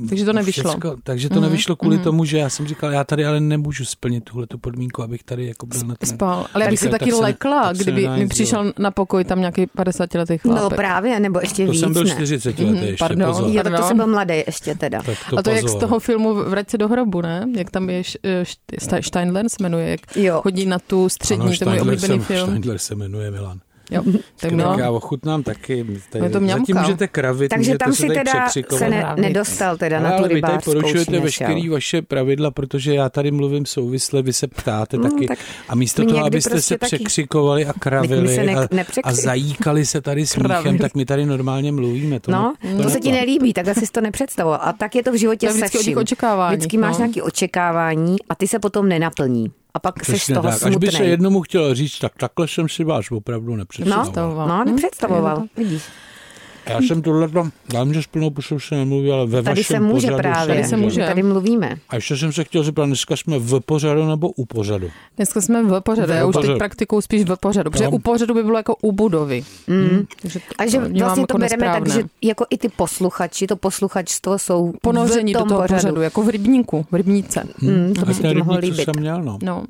Speaker 4: Takže to nevyšlo.
Speaker 5: No,
Speaker 4: Mhm,
Speaker 5: Všecko, takže to nevyšlo kvůli tomu, že já jsem říkal, já tady ale nemůžu splnit tuhle tu podmínku, abych tady jako byl na ten...
Speaker 4: Spal. Ale já bych se
Speaker 5: Tak-
Speaker 4: taky
Speaker 5: tak se-
Speaker 4: lekla,
Speaker 5: tak se
Speaker 4: kdyby mi
Speaker 5: nenajezdil.
Speaker 4: přišel na pokoj tam nějaký 50 letý
Speaker 3: No
Speaker 4: chlápek.
Speaker 3: právě, nebo ještě
Speaker 5: To
Speaker 3: víc,
Speaker 5: jsem byl
Speaker 3: ne?
Speaker 5: 40 letý ještě,
Speaker 4: Mhm, pardon.
Speaker 5: pozor.
Speaker 3: Jo, tak to
Speaker 4: Pardon.
Speaker 3: jsem byl mladý ještě teda.
Speaker 5: Tak to
Speaker 4: a to je jak z
Speaker 5: pozor.
Speaker 4: toho filmu Vrať se do hrobu, ne? Jak tam je š- eh, št- Sta- Steinler se jmenuje, jak
Speaker 3: Jo.
Speaker 4: chodí na tu střední,
Speaker 5: Ano,
Speaker 4: to je můj
Speaker 5: Steindler
Speaker 4: oblíbený
Speaker 5: jsem-
Speaker 4: film.
Speaker 5: Steindler se jmenuje Milan.
Speaker 4: Jo. Tak
Speaker 5: Tak já
Speaker 4: no.
Speaker 5: ochutnám taky. Tady,
Speaker 4: Je to
Speaker 5: zatím
Speaker 4: mňamka.
Speaker 5: můžete kravit,
Speaker 3: Takže
Speaker 5: můžete
Speaker 3: tam
Speaker 5: se
Speaker 3: si
Speaker 5: tady
Speaker 3: teda
Speaker 5: překřikovat.
Speaker 3: se ne,
Speaker 4: Právě.
Speaker 3: nedostal teda
Speaker 5: No, Ale,
Speaker 3: na tu
Speaker 5: ale vy tady
Speaker 3: rybářskou
Speaker 5: porušujete
Speaker 3: už
Speaker 5: veškerý
Speaker 3: nešel.
Speaker 5: vaše pravidla, protože já tady mluvím souvisle, vy se ptáte no, taky.
Speaker 3: tak
Speaker 5: Tak a místo
Speaker 3: my
Speaker 5: toho,
Speaker 3: někdy
Speaker 5: abyste
Speaker 3: prostě
Speaker 5: se
Speaker 3: taky-
Speaker 5: překřikovali a
Speaker 3: Vždyť my
Speaker 5: kravili
Speaker 3: se ne-
Speaker 5: a,
Speaker 3: nepřekři-
Speaker 5: a zajíkali se tady smíchem,
Speaker 4: Kravili.
Speaker 5: tak my tady normálně mluvíme. Mm. To
Speaker 3: No,
Speaker 5: ne-
Speaker 3: to se ti
Speaker 5: neplatí.
Speaker 3: nelíbí, tak asi jsi to nepředstavoval. A tak je to v životě
Speaker 4: To je
Speaker 3: se
Speaker 4: vždycky o těch
Speaker 3: vším.
Speaker 4: očekáváních,
Speaker 3: Vždycky máš
Speaker 4: no.
Speaker 3: nějaké očekávání a ty se potom nenaplní. A pak seš z
Speaker 5: Přesně
Speaker 3: toho
Speaker 5: tak. Až by se
Speaker 3: smutný.
Speaker 5: jednomu chtěl říct, tak takhle jsem si vás opravodu nepředstavoval.
Speaker 3: No,
Speaker 4: Nepředstavoval.
Speaker 3: no,
Speaker 4: Hm,
Speaker 3: nepředstavoval.
Speaker 4: to
Speaker 3: Vidíš.
Speaker 5: Já jsem tohle tam, já vím, že s plnou pusou se nemluví, ale ve
Speaker 3: Tady
Speaker 5: vašem
Speaker 3: se může
Speaker 5: pořadu
Speaker 3: právě,
Speaker 4: Tady se může.
Speaker 3: tady mluvíme.
Speaker 5: A ještě jsem se chtěl zeptat, dneska jsme v pořadu nebo u pořadu?
Speaker 4: Dneska jsme v pořadu,
Speaker 5: V
Speaker 4: já už teď
Speaker 5: pořadu. No.
Speaker 4: praktikou spíš v pořadu, protože
Speaker 5: Jo.
Speaker 4: u pořadu by bylo jako u budovy.
Speaker 3: Mm.
Speaker 4: Takže
Speaker 3: A že
Speaker 4: to vnímám
Speaker 3: vlastně to
Speaker 4: jako
Speaker 3: bereme tak,
Speaker 4: nesprávné.
Speaker 3: že jako i ty posluchači, to posluchačstvo jsou
Speaker 4: ponoření
Speaker 3: v tom
Speaker 4: do toho pořadu. jako v rybníku, v rybníce.
Speaker 3: Mm, to by
Speaker 5: a
Speaker 3: se
Speaker 5: ten
Speaker 3: ti mohlo
Speaker 5: rybník, co
Speaker 3: líbit. No.
Speaker 5: jsem měl, no.
Speaker 4: No.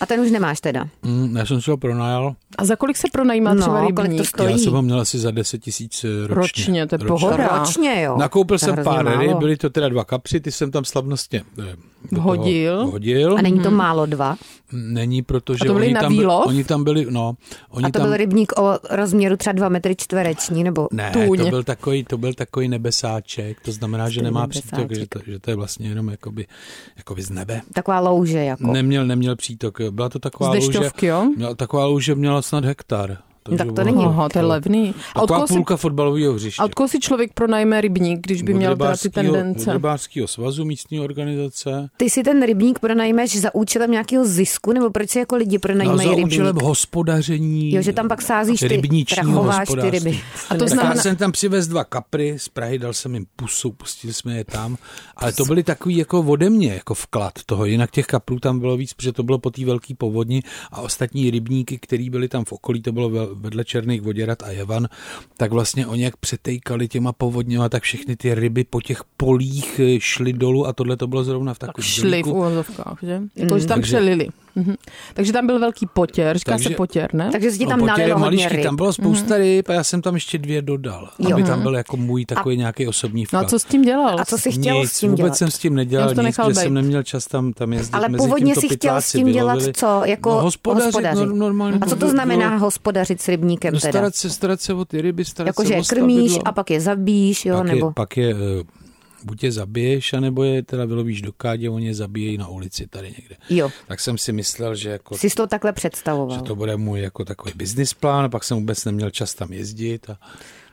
Speaker 3: A ten už nemáš teda.
Speaker 5: Mm, já jsem si ho pronajal.
Speaker 4: A za kolik se pronajímá
Speaker 3: No,
Speaker 4: třeba
Speaker 3: kolik to
Speaker 4: rybník?
Speaker 3: stojí? To
Speaker 5: já
Speaker 3: jí.
Speaker 5: jsem ho měl asi za 10 tisíc eh, ročně.
Speaker 4: Ročně, to je pohoda. Dobrá.
Speaker 3: Ročně, jo.
Speaker 5: Nakoupil
Speaker 3: To je
Speaker 5: jsem
Speaker 3: hrozně
Speaker 5: pár ryb,
Speaker 3: málo.
Speaker 5: byly to teda dva kapři, ty jsem tam slavnostně eh, do
Speaker 4: Hodil.
Speaker 5: Toho hodil.
Speaker 3: A není to málo dva.
Speaker 5: Není, protože
Speaker 4: A to byly
Speaker 5: oni,
Speaker 4: na
Speaker 5: tam byli,
Speaker 4: výlov?
Speaker 5: oni tam byli, no, oni
Speaker 3: A to
Speaker 5: tam,
Speaker 3: byl rybník o rozměru třeba 2 metry čtvereční, nebo...
Speaker 5: ne,
Speaker 4: tůň.
Speaker 5: to byl, takový, to byl takový nebesáček, to znamená, že
Speaker 3: Stejný
Speaker 5: nemá přítok, že
Speaker 3: nebesáček.
Speaker 5: to, že to je vlastně jenom jakoby, jakoby z nebe.
Speaker 3: Taková louže jako.
Speaker 5: Neměl, neměl přítok, byla to
Speaker 4: Z
Speaker 5: taková louže,
Speaker 4: dešťovky, jo?
Speaker 5: měla, taková louže měla snad hektar.
Speaker 3: Tak to
Speaker 5: bylo-
Speaker 3: není-
Speaker 4: Aha, to je levný. A od
Speaker 5: Taková
Speaker 4: koho si,
Speaker 5: půlka fotbalového hřiště.
Speaker 4: a od koho si člověk pronajme rybník, když by
Speaker 5: Od
Speaker 4: měl teda ty
Speaker 5: rybářskýho-
Speaker 4: tendence?
Speaker 5: od Rybářského svazu, místní organizace.
Speaker 3: Ty si ten rybník pronajmeš za účelem nějakého zisku, nebo proč si jako lidi
Speaker 5: No,
Speaker 3: pronajímají
Speaker 5: za účelem
Speaker 3: rybník?
Speaker 5: hospodaření.
Speaker 3: Jo, že tam pak sázíš ty,
Speaker 5: rybničního
Speaker 3: teda chováš ty
Speaker 5: hospodářství.
Speaker 3: ryby.
Speaker 4: A to
Speaker 5: tak
Speaker 4: znamená-
Speaker 5: já jsem tam přivez dva kapry z Prahy, dal jsem jim pusu, pustil jsme je tam, ale to byly takový jako ode mě, jako vklad toho, jinak těch kaprů tam bylo víc, protože to bylo po té velké povodni a ostatní rybníky, které byly tam v okolí, to bylo ve- vedle Černých voděrat a Jevan, tak vlastně oni jak přetejkali těma povodněma, tak všechny ty ryby po těch polích eh, šly dolů a tohle to bylo zrovna v takovém
Speaker 4: Šli v
Speaker 5: dolíku.
Speaker 4: uvozovkách, že? Jako,
Speaker 3: Mm.
Speaker 4: že tam
Speaker 5: Takže-
Speaker 4: přelili. Mhm. Takže tam byl velký potěr, říká se
Speaker 5: Takže-
Speaker 4: potěr, ne?
Speaker 3: Takže si ti tam
Speaker 5: potěry
Speaker 3: nalilo hodně
Speaker 5: maličký,
Speaker 3: ryb.
Speaker 5: No, tam bylo spousta ryb a já jsem tam ještě dvě dodal,
Speaker 3: Jo.
Speaker 5: aby tam byl jako můj takový nějaký osobní
Speaker 4: No
Speaker 5: vklad.
Speaker 4: a co s tím dělal?
Speaker 3: A co si chtěl
Speaker 5: nic,
Speaker 3: s tím
Speaker 5: vůbec
Speaker 3: dělat?
Speaker 5: jsem s tím nedělal
Speaker 4: Jen
Speaker 5: nic,
Speaker 4: to nechal
Speaker 5: nechal že
Speaker 4: být.
Speaker 5: jsem neměl čas tam, tam jezdit.
Speaker 3: Ale
Speaker 5: Mezi
Speaker 3: původně
Speaker 5: tím
Speaker 3: si
Speaker 5: to
Speaker 3: chtěl s
Speaker 5: pytláci
Speaker 3: tím dělat
Speaker 5: vylovili.
Speaker 3: co? Jako
Speaker 5: no, hospodařit,
Speaker 3: hospodařit.
Speaker 5: No, normálně
Speaker 3: A co to
Speaker 5: by
Speaker 3: znamená
Speaker 5: bylo-
Speaker 3: hospodařit s rybníkem
Speaker 5: No,
Speaker 3: teda?
Speaker 5: starat se, starat se o ty ryby, starat
Speaker 3: Jakože
Speaker 5: se
Speaker 3: je
Speaker 5: o
Speaker 3: krmíš
Speaker 5: stavidlo.
Speaker 3: a pak je zabíš, jo,
Speaker 5: pak
Speaker 3: nebo...
Speaker 5: Je, pak je, eh, buď je zabiješ, anebo je teda vylovíš do kádě, oni je zabíjejí na ulici tady někde.
Speaker 3: Jo,
Speaker 5: Tak jsem si myslel, že jako
Speaker 3: jsi to takhle představoval.
Speaker 5: že to bude můj jako takový business plán a pak jsem vůbec neměl čas tam jezdit. A...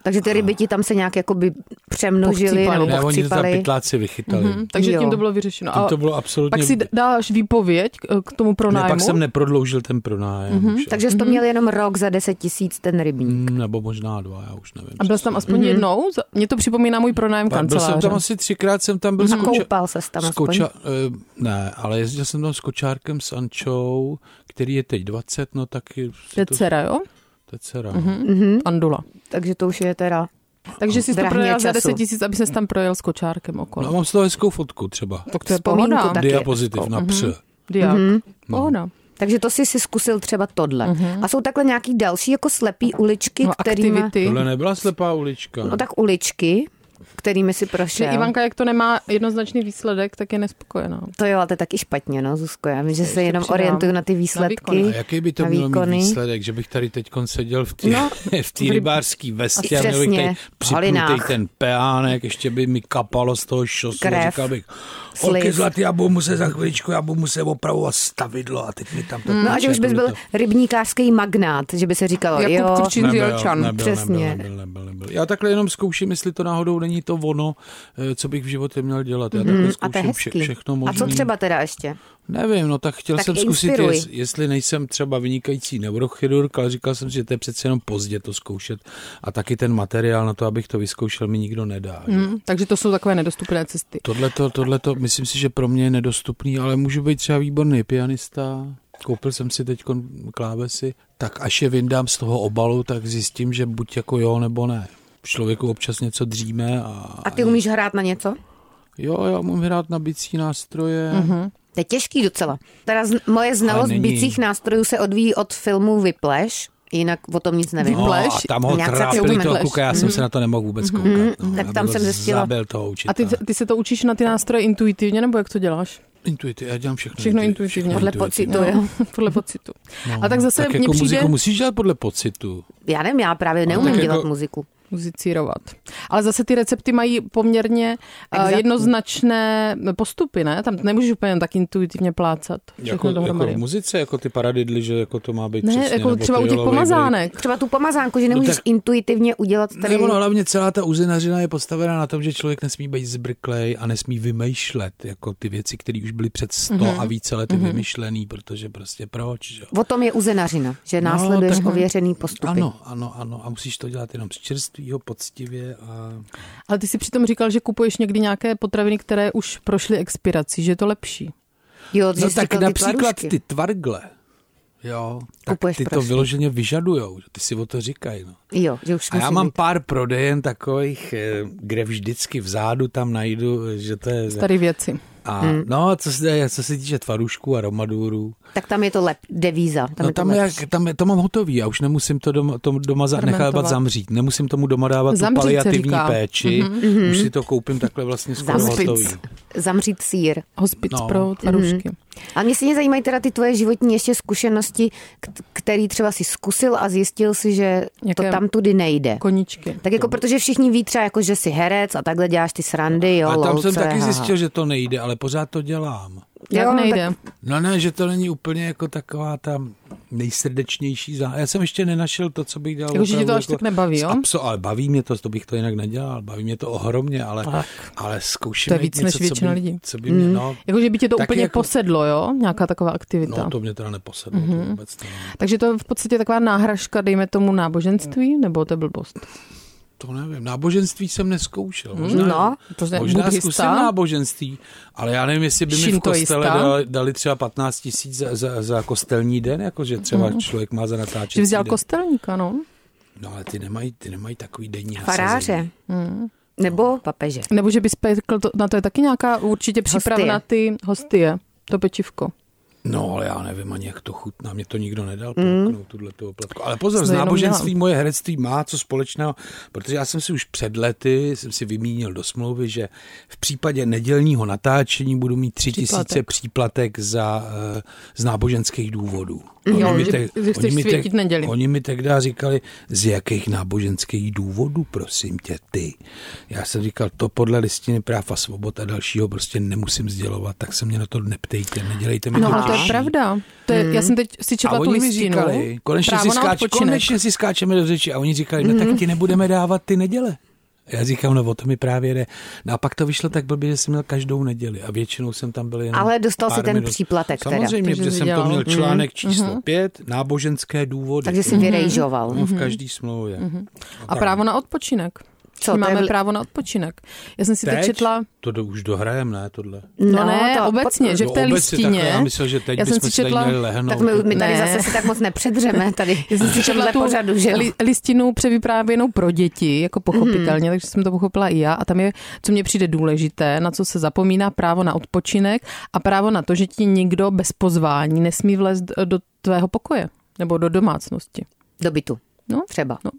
Speaker 3: Takže ty ryby ti tam se nějak jakoby přemnožily
Speaker 4: Pochcípaly.
Speaker 3: nebo
Speaker 5: Ne, oni to tam
Speaker 3: pochcípaly.
Speaker 5: pytláci vychytali.
Speaker 4: Mhm, Takže
Speaker 3: Jo.
Speaker 4: tím to bylo vyřešeno.
Speaker 5: Tím
Speaker 4: A
Speaker 5: to bylo absolutně...
Speaker 4: pak si d- dáš výpověď k- k tomu
Speaker 5: ne,
Speaker 4: pronájmu?
Speaker 5: pak jsem neprodloužil ten pronájem. už, jo.
Speaker 3: Mhm. Takže jsi to
Speaker 4: Mhm.
Speaker 3: měl jenom rok za 10 tisíc ten rybník.
Speaker 5: Mm, Nebo možná dva, já už nevím.
Speaker 4: A byl jsi tam
Speaker 3: Mhm.
Speaker 4: aspoň jednou? Mně to připomíná můj pronájem
Speaker 5: Pa- byl jsem
Speaker 4: kanceláře.
Speaker 5: tam asi třikrát, jsem tam byl s
Speaker 3: A
Speaker 5: koča-
Speaker 3: koupal se tam
Speaker 5: s
Speaker 3: aspoň.
Speaker 5: koča- eh, ne, ale jezdil jsem tam s kočárkem s Ančou, který je teď 20, no taky...
Speaker 4: To je dcera, jo?
Speaker 5: To je dcera.
Speaker 3: Mhm,
Speaker 4: Andula.
Speaker 3: takže to už je teda...
Speaker 4: Takže jsi to
Speaker 3: Drahně
Speaker 4: projel za
Speaker 3: času.
Speaker 4: 10 tisíc, aby se tam projel s kočárkem
Speaker 5: No
Speaker 4: okolo.
Speaker 5: a mám z toho hezkou fotku třeba.
Speaker 4: tak to je
Speaker 3: vzpomínku
Speaker 4: pohoda.
Speaker 3: taky.
Speaker 5: Diapozitiv na pře.
Speaker 4: Diak.
Speaker 3: Mhm.
Speaker 4: Pohoda.
Speaker 5: No.
Speaker 3: Takže to jsi si zkusil třeba tohle. A jsou takhle nějaký další jako slepý uličky,
Speaker 4: Mhm. No,
Speaker 3: kterými...
Speaker 4: aktivity.
Speaker 5: Tohle nebyla slepá ulička.
Speaker 3: No tak uličky, kterými si
Speaker 4: Že
Speaker 3: prošel.
Speaker 4: Ivanka, jak to nemá jednoznačný výsledek, tak je nespokojená.
Speaker 3: To jo, ale to je taky špatně, no, Zuzko. Já vím, že se
Speaker 4: ještě
Speaker 3: jenom
Speaker 4: přidám.
Speaker 3: orientuju na ty výsledky.
Speaker 4: výkony.
Speaker 5: A jaký by to
Speaker 3: na
Speaker 5: mělo
Speaker 3: výkony.
Speaker 5: mít výsledek, že bych tady teď seděl v té
Speaker 4: No,
Speaker 5: no, v té rybářský vestě a
Speaker 3: Přesně,
Speaker 5: měl bych tady
Speaker 3: v halinách.
Speaker 5: připnutý ten peánek, ještě by mi kapalo z toho šosu,
Speaker 3: Krev,
Speaker 5: a říkal bych, holky
Speaker 3: sliz.
Speaker 5: zlatý, já budu muset za chviličku, já budu muset opravovat stavidlo a teď mi tam Jako to...
Speaker 3: No a že už bys byl rybníkářský magnát, že by se říkalo,
Speaker 5: Jako
Speaker 4: Jakub
Speaker 3: jo,
Speaker 4: Turčin Zjolčan.
Speaker 3: Přesně.
Speaker 5: Nebyl, nebyl, nebyl, nebyl. Já takhle jenom zkouším, jestli to náhodou není to ono, eh, co bych v životě měl dělat. Já takhle
Speaker 3: Mhm, a to je
Speaker 5: zkouším vše,
Speaker 3: hezký.
Speaker 5: všechno
Speaker 3: A
Speaker 5: možné.
Speaker 3: co třeba teda ještě?
Speaker 5: Nevím, no tak chtěl
Speaker 3: Tak
Speaker 5: jsem zkusit,
Speaker 3: inspiruj.
Speaker 5: jest, jestli nejsem třeba vynikající neurochirurg, ale říkal jsem si, že to je přece jenom pozdě to zkoušet a taky ten materiál na to, abych to vyzkoušel, mi nikdo nedá.
Speaker 3: Hmm.
Speaker 5: Mm.
Speaker 4: Hm, takže to jsou takové nedostupné cesty.
Speaker 5: Tohle to, tohle to, myslím si, že pro mě je nedostupný, ale můžu být třeba výborný pianista. Koupil jsem si teď klávesy, tak až je vyndám z toho obalu, tak zjistím, že buď jako jo, nebo ne. Člověku občas něco dříme a,
Speaker 3: A ty umíš hrát na něco?
Speaker 5: jo, já mám hrát na bicí nástroje. Mm-hmm.
Speaker 3: To je těžký docela. Teda z, moje znalost
Speaker 5: není.
Speaker 3: bicích nástrojů se odvíjí od filmu Vypleš, jinak o tom nic nevím.
Speaker 5: No, a
Speaker 4: Pleš.
Speaker 5: tam ho
Speaker 3: Nějak se
Speaker 5: trápili
Speaker 3: trápili
Speaker 5: toho
Speaker 4: pleš.
Speaker 5: kuka, já jsem se na to nemohl vůbec
Speaker 4: Mhm.
Speaker 5: koukat. No,
Speaker 3: tak
Speaker 5: já
Speaker 3: tam
Speaker 5: byl
Speaker 3: jsem zjistila-
Speaker 5: Zabil toho učitele.
Speaker 4: A ty, ty se to učíš na ty nástroje intuitivně, nebo jak to děláš?
Speaker 5: Intuitivně, já dělám všechno,
Speaker 4: Všechno
Speaker 5: intu-
Speaker 4: intuitivně. No,
Speaker 5: všechno
Speaker 3: Podle
Speaker 5: intuitivně. no.
Speaker 3: pocitu, jo.
Speaker 4: Podle pocitu. A tak zase
Speaker 5: tak
Speaker 4: mně
Speaker 5: jako
Speaker 4: přijde
Speaker 5: muziku musíš dělat podle pocitu.
Speaker 3: Já nevím, já právě neumím
Speaker 5: tak
Speaker 3: dělat
Speaker 5: jako-
Speaker 3: muziku.
Speaker 4: muzicírovat. Ale zase ty recepty mají poměrně uh,
Speaker 3: Exaktní.
Speaker 4: jednoznačné postupy, ne? Tam nemůžeš úplně jen tak intuitivně plácat všechno
Speaker 5: Jako, jako
Speaker 4: dohromady.
Speaker 5: v muzice, jako ty paradidly, že jako to má být
Speaker 4: ne,
Speaker 5: přesně.
Speaker 4: jako
Speaker 5: nebo
Speaker 4: třeba
Speaker 5: ty
Speaker 4: u těch
Speaker 5: jolovej
Speaker 4: pomazánek.
Speaker 3: Třeba tu pomazánku, že nemůžeš
Speaker 5: No tak-
Speaker 3: intuitivně udělat
Speaker 5: brýle.
Speaker 3: tady...
Speaker 5: Nebo no, hlavně celá ta uzinařina je postavená na tom, že člověk nesmí být zbrklej a nesmí vymýšlet jako ty věci, které už byly před sto
Speaker 4: Mhm.
Speaker 5: a více lety vymyšlený, protože prostě proč, že? jo? No,
Speaker 3: O tom je uzenařina, že následuješ
Speaker 5: tak-
Speaker 3: ověřený postupy.
Speaker 5: Ano, ano, ano. A musíš to dělat jenom z čerství takového poctivě a
Speaker 4: Ale ty si přitom říkal, že kupuješ někdy nějaké potraviny, které už prošly expirací, že je to lepší.
Speaker 3: Jo, že
Speaker 5: No
Speaker 3: jsi
Speaker 5: tak
Speaker 3: říkal ty
Speaker 5: například
Speaker 3: tvarůžky.
Speaker 5: ty tvargle, jo, tak
Speaker 3: Kupuješ
Speaker 5: ty to
Speaker 3: prašky.
Speaker 5: vyloženě vyžadujou, ty si o to říkají, no.
Speaker 3: Jo, že už
Speaker 5: A já
Speaker 3: musí
Speaker 5: mám
Speaker 3: být.
Speaker 5: pár prodejen takových, eh, kde vždycky vzadu tam najdu, eh, že to je...
Speaker 4: Staré věci.
Speaker 5: A,
Speaker 3: Hmm.
Speaker 5: No a co se, co se týče tvarušků a romadůrů,
Speaker 3: Tak tam je to lep, devíza. Tam
Speaker 5: no
Speaker 3: je to
Speaker 5: tam,
Speaker 3: lep.
Speaker 5: jak, tam je, to mám hotový a už nemusím to doma, to doma za, nechávat
Speaker 4: Fermentovat.
Speaker 5: zamřít. Nemusím tomu doma dávat
Speaker 4: Zamřít Mhm.
Speaker 5: tu
Speaker 4: se
Speaker 5: paliativní
Speaker 4: říká.
Speaker 5: péči. Mm-hmm. Už si to koupím takhle vlastně skoro hotový.
Speaker 3: Zamřít, zamřít sír.
Speaker 4: Hospic
Speaker 5: No.
Speaker 4: no. pro
Speaker 3: mhm.
Speaker 4: tvarušky. Mm.
Speaker 3: A mě si mě zajímají teda ty tvoje životní ještě zkušenosti, k- který třeba si zkusil a zjistil si, že to
Speaker 4: Jaké-
Speaker 3: tam tudy nejde.
Speaker 4: Koničky.
Speaker 3: Tak jako protože všichni ví třeba, jako, že jsi herec a takhle děláš ty srandy, jo,
Speaker 5: A tam jsem
Speaker 3: lolce,
Speaker 5: taky
Speaker 3: haha.
Speaker 5: zjistil, že to nejde, ale pořád to dělám.
Speaker 4: Jak
Speaker 3: Jo,
Speaker 4: nejde?
Speaker 3: tak-
Speaker 5: No ne, že to není úplně jako taková ta nejsrdečnější zá... Já jsem ještě nenašel to, co bych dělal.
Speaker 4: Jako, že tě to
Speaker 5: opravdu
Speaker 4: až tak nebaví,
Speaker 5: s
Speaker 4: jo?
Speaker 5: Abso, ale baví mě to, to bych to jinak nedělal. Baví mě to ohromně, ale, ale zkouším
Speaker 4: To je
Speaker 5: najít
Speaker 4: víc
Speaker 5: něco,
Speaker 4: než
Speaker 5: co
Speaker 4: většina
Speaker 5: by,
Speaker 4: lidí. Mhm.
Speaker 5: Co by mě, no,
Speaker 4: Jakože by tě to
Speaker 5: Taky
Speaker 4: úplně jako...
Speaker 5: jako-
Speaker 4: posedlo, jo? Nějaká taková aktivita.
Speaker 5: no, to mě teda neposedlo.
Speaker 4: Mhm.
Speaker 5: Mm-hmm. To vůbec to,
Speaker 4: Takže to je v podstatě taková náhražka, dejme tomu náboženství,
Speaker 3: Mm.
Speaker 4: nebo to je blbost?
Speaker 5: to nevím. Náboženství jsem neskoušel. Možná,
Speaker 3: No,
Speaker 4: Hmm, To je
Speaker 5: možná
Speaker 4: buddhista?
Speaker 5: zkusím náboženství, ale já nevím, jestli by mi v
Speaker 4: Šintoista?
Speaker 5: kostele dali, dali třeba 15 tisíc za, za, za kostelní den, jakože třeba člověk má za natáčení.
Speaker 4: Hmm. Že vzal kostelníka, no?
Speaker 5: No ale ty nemají, ty nemají takový denní nasazení.
Speaker 3: Faráře. Nebo papeže.
Speaker 5: Hmm.
Speaker 4: Nebo že bys pekl, to, na to je taky nějaká určitě příprava
Speaker 3: Hostie.
Speaker 4: na ty hostie, to pečivko.
Speaker 5: No ale já nevím ani, jak to chutná. Mě to nikdo nedal polknout, tuhle tu oplatku. Ale pozor,
Speaker 4: Hmm. To
Speaker 5: z
Speaker 4: jenom
Speaker 5: náboženství
Speaker 4: dělám.
Speaker 5: moje herectví má co společného, protože já jsem si už před lety jsem si vymínil do smlouvy, že v případě nedělního natáčení budu mít tři
Speaker 4: Příplatek.
Speaker 5: tisíce příplatek za, eh, z náboženských důvodů.
Speaker 4: Jo, že-
Speaker 5: te-
Speaker 4: že chceš
Speaker 5: mi
Speaker 4: světit
Speaker 5: te-
Speaker 4: neděli.
Speaker 5: Oni mi tehdy říkali, z jakých náboženských důvodů, prosím tě, ty. Já jsem říkal, to podle listiny práv a svobod a dalšího prostě nemusím sdělovat, tak se mě na to neptejte, nedělejte mi
Speaker 4: No,
Speaker 5: to
Speaker 4: ale to je
Speaker 5: těžší.
Speaker 4: pravda. To je,
Speaker 3: Mm.
Speaker 4: Já jsem teď si
Speaker 5: A
Speaker 4: četla tu
Speaker 5: oni mi
Speaker 4: listinu.
Speaker 5: říkali, konečně si,
Speaker 4: Právo na
Speaker 5: skáč,
Speaker 4: odpočinek. Mm-hmm.
Speaker 5: konečně si skáčeme do řeči a oni říkali, no tak ti nebudeme dávat ty neděle. A Já říkám, no o to mi právě jde. No a pak to vyšlo tak blbě, že jsem měl každou neděli a většinou jsem tam byl jenom
Speaker 3: Ale dostal
Speaker 5: pár
Speaker 3: si ten
Speaker 5: minut.
Speaker 3: příplatek teda.
Speaker 5: Samozřejmě,
Speaker 4: Takže
Speaker 5: protože
Speaker 4: jsi
Speaker 5: jsem to
Speaker 4: dělal.
Speaker 5: měl článek
Speaker 4: Mhm.
Speaker 5: číslo 5, náboženské důvody.
Speaker 3: Takže si vyrejžoval.
Speaker 4: Mhm.
Speaker 5: No, v každý smlouvě.
Speaker 4: A právo na odpočinek.
Speaker 3: Co,
Speaker 4: Co,
Speaker 3: to je
Speaker 4: máme
Speaker 3: vl-
Speaker 4: právo na odpočinek. Já jsem si teď,
Speaker 5: Teď?
Speaker 4: četla,
Speaker 5: To do, už dohrajem, ne, tohle?
Speaker 4: no, ne,
Speaker 3: to-
Speaker 4: obecně, že v
Speaker 5: Jo,
Speaker 4: té
Speaker 5: obecně
Speaker 4: listině,
Speaker 5: takhle, já myslel, že teď
Speaker 4: já jsem
Speaker 5: bychom
Speaker 4: si
Speaker 5: si tady
Speaker 4: četla-
Speaker 5: měli lehnout.
Speaker 3: Tak my, my tady
Speaker 4: Ne.
Speaker 3: zase si tak moc nepředřeme tady.
Speaker 4: já jsem si četla
Speaker 3: Tohle
Speaker 4: tu
Speaker 3: pořadu, že jo?
Speaker 4: li, listinu převyprávěnou pro děti, jako pochopitelně, mm-hmm. takže jsem to pochopila i já. A tam je, co mně přijde důležité, na co se zapomíná právo na odpočinek a právo na to, že ti nikdo bez pozvání nesmí vlézt eh, do tvého pokoje nebo do domácnosti.
Speaker 3: Do bytu.
Speaker 4: No.
Speaker 3: Třeba.
Speaker 4: No.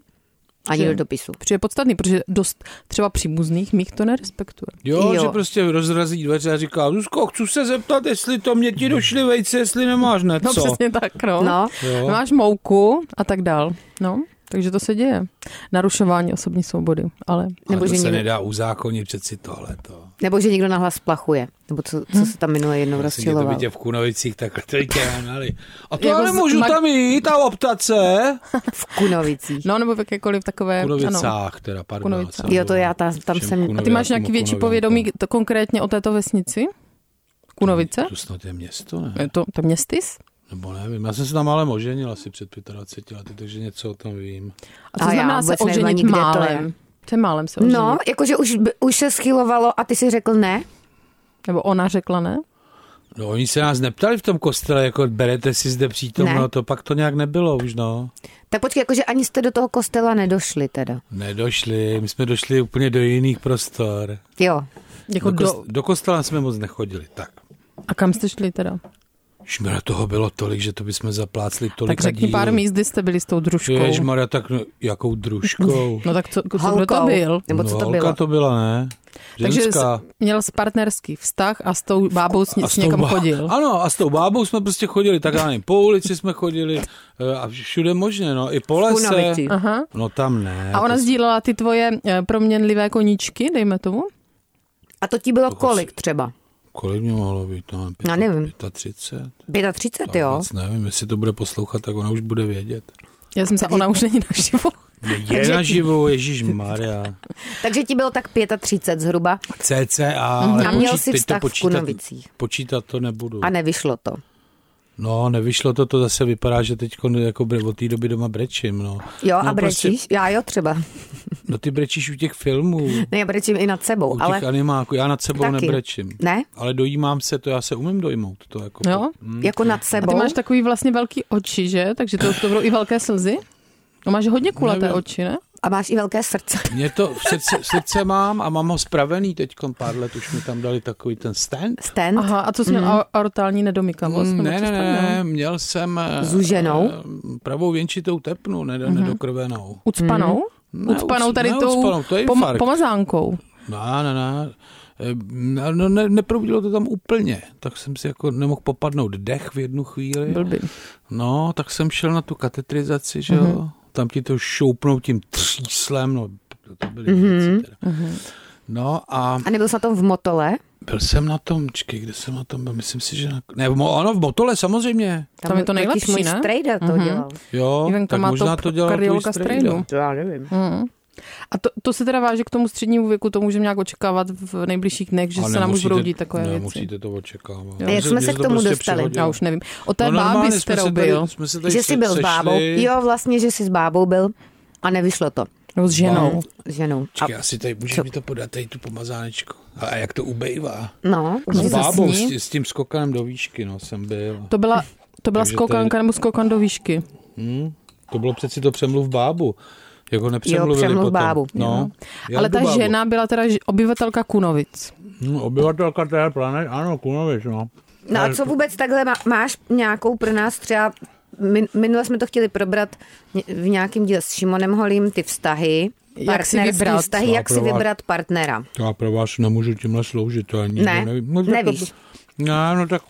Speaker 3: Ani
Speaker 4: Že-
Speaker 3: do dopisu.
Speaker 4: Protože je podstatný, protože dost třeba příbuzných mých to nerespektuje.
Speaker 5: Jo,
Speaker 3: Jo.
Speaker 5: jo, že prostě rozrazí dveře a říká, Zuzko, chci se zeptat, jestli to mě ti došly vejce, jestli nemáš na
Speaker 4: No
Speaker 5: co.
Speaker 4: přesně tak, no.
Speaker 3: No.
Speaker 5: Jo.
Speaker 4: Máš mouku a tak dál. No, takže to se děje. Narušování osobní svobody, ale...
Speaker 3: Nebo
Speaker 5: Nebo to
Speaker 3: že
Speaker 5: se
Speaker 3: někdo-
Speaker 5: nedá uzákonit přeci tohle. To.
Speaker 3: Nebo že někdo nahlas plachuje. Nebo co, co se tam minule jednou
Speaker 5: Myslím, že to by
Speaker 3: rozčiloval.
Speaker 5: tě v Kunovicích takhle tady tě A
Speaker 4: Jako
Speaker 5: to já
Speaker 4: z-
Speaker 5: nemůžu
Speaker 4: ma-
Speaker 5: tam jít a optat se.
Speaker 3: V Kunovicích.
Speaker 4: No, nebo v jakékoliv takové...
Speaker 5: V
Speaker 4: Ano.
Speaker 5: Kunovicích teda, pardon. já
Speaker 4: Kunovicách.
Speaker 5: jsem
Speaker 3: Jo, to
Speaker 5: byl
Speaker 3: já tam- tam
Speaker 5: No. všem
Speaker 3: jsem-
Speaker 5: Kunoviákům
Speaker 4: A ty máš nějaký větší
Speaker 5: Kunoviákům.
Speaker 4: povědomí to konkrétně o této vesnici? Kunovice?
Speaker 5: To snad je město,
Speaker 4: Je
Speaker 5: ne?
Speaker 4: to, to městys?
Speaker 5: Nebo nevím. Já jsem se tam ale oženil asi před 25 lety, takže něco o tom vím.
Speaker 4: A co
Speaker 3: A já
Speaker 4: znamená se
Speaker 3: vůbec nevím ani,
Speaker 4: oženit
Speaker 3: kde to je.
Speaker 4: málem? To je málem se oženit.
Speaker 3: No, jakože už, by- už se schylovalo a ty si řekl ne?
Speaker 4: Nebo ona řekla ne?
Speaker 5: No oni se nás neptali v tom kostele, jako berete si zde přítomno,
Speaker 3: Ne.
Speaker 5: to pak to nějak nebylo už, no.
Speaker 3: Tak počkej, jakože ani jste do toho kostela nedošli teda.
Speaker 5: Nedošli, my jsme došli úplně do jiných prostor.
Speaker 3: Jo.
Speaker 4: Jako
Speaker 5: Do,
Speaker 4: do,
Speaker 5: kost, do kostela jsme moc nechodili, tak.
Speaker 4: A kam jste šli teda?
Speaker 5: Šmira toho bylo tolik, že to bychom zaplácli tolik
Speaker 4: Tak řekni pár míst, kdy jste byli s tou družkou.
Speaker 5: Ježmara, tak no, jakou družkou?
Speaker 4: No tak co, co kdo to
Speaker 3: Holkou.
Speaker 4: byl?
Speaker 3: Nebo co
Speaker 5: no,
Speaker 3: to
Speaker 5: holka
Speaker 3: bylo?
Speaker 5: to byla, ne?
Speaker 4: Takže
Speaker 5: Ženská.
Speaker 4: jsi měl s partnerský vztah a s tou bábou s,
Speaker 5: A
Speaker 4: a s někam
Speaker 5: bá-
Speaker 4: chodil.
Speaker 5: Ano, a s tou bábou jsme prostě chodili, tak já nevím, po ulici jsme chodili eh, a všude možně, no, i po lese.
Speaker 3: Kunovici.
Speaker 4: Aha.
Speaker 5: No tam ne.
Speaker 4: A ona
Speaker 5: to-
Speaker 4: sdílela ty tvoje eh, proměnlivé koníčky, dejme tomu.
Speaker 3: A to ti bylo kolik třeba?
Speaker 5: Kolik mě mohlo být? No, pět,
Speaker 3: Já nevím.
Speaker 5: 35?
Speaker 3: 35, jo?
Speaker 5: Moc nevím, jestli to bude poslouchat, tak ona už bude vědět.
Speaker 4: Já jsem se, ona už není naživo.
Speaker 5: Je naživo, Ježíš Maria.
Speaker 3: Takže ti bylo tak 35 zhruba
Speaker 5: CCA, ale
Speaker 3: A Mhm. měl
Speaker 5: počít-
Speaker 3: jsi
Speaker 5: teď to
Speaker 3: vztah v
Speaker 5: počítat,
Speaker 3: Kunovicích.
Speaker 5: počítat to nebudu.
Speaker 3: a nevyšlo to.
Speaker 5: No, nevyšlo to, to zase vypadá, že teď jako bre- od té doby doma brečím. No.
Speaker 3: Jo,
Speaker 5: no,
Speaker 3: a brečíš? Já jo třeba.
Speaker 5: no ty brečíš u těch filmů,
Speaker 3: Ne, No já brečím i nad sebou,
Speaker 5: u
Speaker 3: ale...
Speaker 5: těch animáků. Já nad sebou
Speaker 3: Taky.
Speaker 5: nebrečím.
Speaker 3: Ne?
Speaker 5: Ale dojímám se, to já se umím dojmout. To jako
Speaker 4: Jo?
Speaker 3: Jako nad
Speaker 4: Mm-hmm. A ty
Speaker 3: sebou?
Speaker 4: máš takový vlastně velký oči, že? Takže to, to budou i velké slzy? No máš hodně kulaté
Speaker 5: Nevím.
Speaker 4: oči, ne?
Speaker 3: A máš i velké srdce.
Speaker 5: Mě to v srdce, v srdce mám a mám ho spravený teď pár let, už mi tam dali takový ten stand.
Speaker 3: Stent?
Speaker 4: Aha, a co jsi měl? Mm. Aortální nedomykavost?
Speaker 5: Mm,
Speaker 4: nebo
Speaker 5: No Mhm. Ne,
Speaker 4: co
Speaker 5: ne,
Speaker 4: jsi tam měl?
Speaker 5: ne, měl jsem eh,
Speaker 3: no. Zuženou? Mhm.
Speaker 5: eh, pravou věnčitou tepnu, ne, nedokrvenou.
Speaker 4: Ucpanou? Mm.
Speaker 5: Mhm. Ne,
Speaker 4: Ucpanou
Speaker 5: uc-
Speaker 4: tady
Speaker 5: ne,
Speaker 4: tou
Speaker 5: ucpanou, to je infarkt.
Speaker 4: pomazánkou.
Speaker 5: No, no, no. Eh, no, No, ne, neprobudilo to tam úplně, tak jsem si jako nemohl popadnout dech v jednu chvíli.
Speaker 4: Blbý.
Speaker 5: No, tak jsem šel na tu katetrizaci, že jo.
Speaker 3: Mhm.
Speaker 5: Tam ti to šoupnou tím tříslem, no, to, to byly
Speaker 3: Mhm,
Speaker 5: věci teda. No a
Speaker 3: A nebyl jsi na tom v motole?
Speaker 5: byl jsem na tom, čekej, kde jsem na tom byl, myslím si, že na, ne, v Mo- ano, v Motole samozřejmě,
Speaker 4: Tam je to
Speaker 3: totiž
Speaker 4: nejlepší,
Speaker 3: můj
Speaker 4: ne? Mhm.
Speaker 3: strejda to dělal.
Speaker 5: jo,
Speaker 4: Ivanka
Speaker 5: tak
Speaker 4: má to
Speaker 5: možná
Speaker 4: pro-
Speaker 5: to dělal tvůj
Speaker 4: kardiolog a
Speaker 5: strejda.
Speaker 4: strejdu.
Speaker 3: To já nevím.
Speaker 4: Mm. A to, to se teda váže k tomu střednímu věku, to můžeme nějak očekávat v nejbližších dnech, že
Speaker 5: Ale
Speaker 4: se nám už
Speaker 5: nemusíte-
Speaker 4: budou dít takové věci.
Speaker 5: Nemusíte to očekávat.
Speaker 4: Jo.
Speaker 3: A jak jsme se k tomu
Speaker 5: prostě
Speaker 3: dostali? No
Speaker 4: Já už nevím. O
Speaker 5: No,
Speaker 4: té báby, s kterou byl,
Speaker 3: Že jsi byl s bábou. Jo, vlastně, že jsi s bábou byl a nevyšlo to
Speaker 4: nebo no, s ženou.
Speaker 3: s ženou. A,
Speaker 5: Čekaj, asi tady můžeš mi to podat, tady tu pomazánečku. A, a jak to ubejvá?
Speaker 3: no,
Speaker 5: S
Speaker 4: Že se
Speaker 5: bábou,
Speaker 4: sní?
Speaker 5: s, tě- s tím skokanem do výšky, no, jsem byl. To,
Speaker 4: To byla, to byla
Speaker 5: Takže to je-
Speaker 4: skokanka nebo skokan do výšky.
Speaker 5: hm? to bylo přeci to přemluv bábu. Jako nepřemluvili
Speaker 3: přemluv
Speaker 5: potom.
Speaker 3: bábu.
Speaker 5: No, já
Speaker 4: Ale
Speaker 5: jdu
Speaker 4: ta
Speaker 5: bábu.
Speaker 4: žena byla teda ži- obyvatelka Kunovic.
Speaker 5: Hm, obyvatelka té planety, ano, Kunovič, no.
Speaker 3: no a co vůbec takhle má, máš nějakou pro nás třeba, min, minule jsme to chtěli probrat ně- v nějakém díle s Šimonem Holím, ty vztahy,
Speaker 4: Jak si
Speaker 3: partnerský
Speaker 4: vybrat.
Speaker 3: vztahy, jak si
Speaker 5: Záprava.
Speaker 3: vybrat partnera.
Speaker 5: To já pro vás nemůžu tímhle sloužit, to ani
Speaker 3: Ne,
Speaker 5: nevím. No, tak
Speaker 3: nevíš.
Speaker 5: To, no, no, tak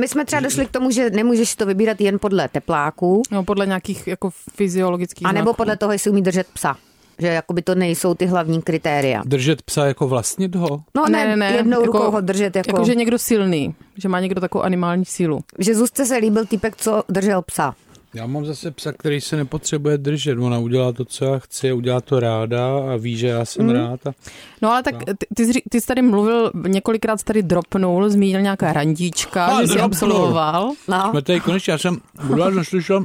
Speaker 3: My jsme třeba došli k tomu, že nemůžeš to vybírat jen podle tepláků,
Speaker 4: No, podle nějakých jako fyziologických
Speaker 3: a nebo
Speaker 4: znaků.
Speaker 3: podle toho, jestli umí držet psa. Že jakoby to nejsou ty hlavní kritéria.
Speaker 5: držet psa jako vlastnit ho?
Speaker 3: No ne, ne, ne jednou rukou ho držet, jako,
Speaker 4: jako, že
Speaker 3: že...
Speaker 4: někdo silný, že má někdo takovou animální sílu.
Speaker 3: že Zuzce se líbil týpek, co držel psa.
Speaker 5: Já mám zase psa, který se nepotřebuje držet. Ona udělá to, co já chci, udělá to ráda a ví, že já jsem mm. rád. A...
Speaker 4: No ale tak ty, ty, jsi, ři- ty jsi tady mluvil, několikrát jsi tady dropnul, zmínil nějaká randíčka,
Speaker 5: A,
Speaker 4: že jsi
Speaker 5: dropnul.
Speaker 4: absolvoval.
Speaker 3: No.
Speaker 5: Jsme tady konečně, já jsem udělal, slyšel...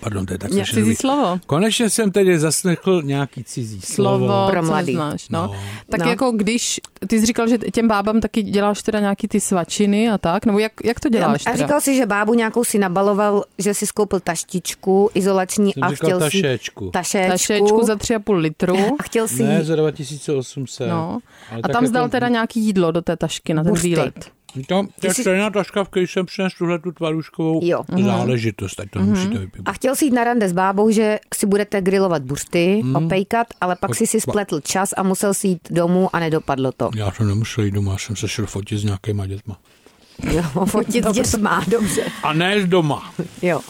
Speaker 5: Pardon, to je tak
Speaker 4: Ně-
Speaker 5: slyšený.
Speaker 4: cizí slovo.
Speaker 5: Konečně jsem tedy zaslechl nějaký cizí slovo.
Speaker 4: slovo,
Speaker 3: Pro
Speaker 4: co
Speaker 3: mladý.
Speaker 4: neznáš. No.
Speaker 5: No.
Speaker 4: Tak
Speaker 3: No.
Speaker 4: jako když, ty jsi říkal, že těm bábám taky děláš teda nějaký ty svačiny a tak, nebo jak, jak to děláš
Speaker 3: A
Speaker 4: teda?
Speaker 3: říkal si, že bábu nějakou si nabaloval, že si skoupil taštičku izolační
Speaker 5: Jsem
Speaker 3: a
Speaker 5: říkal
Speaker 3: chtěl
Speaker 5: tašečku.
Speaker 3: si tašečku,
Speaker 4: Tašečku za 3,5 litru.
Speaker 3: a chtěl si
Speaker 5: Ne,
Speaker 3: jí-
Speaker 5: za 2800.
Speaker 4: No.
Speaker 5: Ale
Speaker 4: A
Speaker 5: tak
Speaker 4: tam zdal
Speaker 5: jako-
Speaker 4: teda nějaký jídlo do té tašky na ten
Speaker 3: Buřty.
Speaker 4: výlet.
Speaker 5: Tam, to je
Speaker 3: jsi-
Speaker 5: stejná taška, v které jsem přinesl tuhle tu tvaruškovou
Speaker 3: Jo. Mhm.
Speaker 5: záležitost, tak to musíte vypít.
Speaker 3: a chtěl si jít na rande s bábou, že si budete grilovat bursty,
Speaker 5: Hmm.
Speaker 3: mm. opejkat, ale pak si si spletl čas a musel si jít domů a nedopadlo to.
Speaker 5: Já jsem nemusel jít doma, já jsem se šel fotit s nějakýma dětma.
Speaker 3: Jo, fotit s dětma, dobře.
Speaker 5: A ne z doma.
Speaker 3: Jo.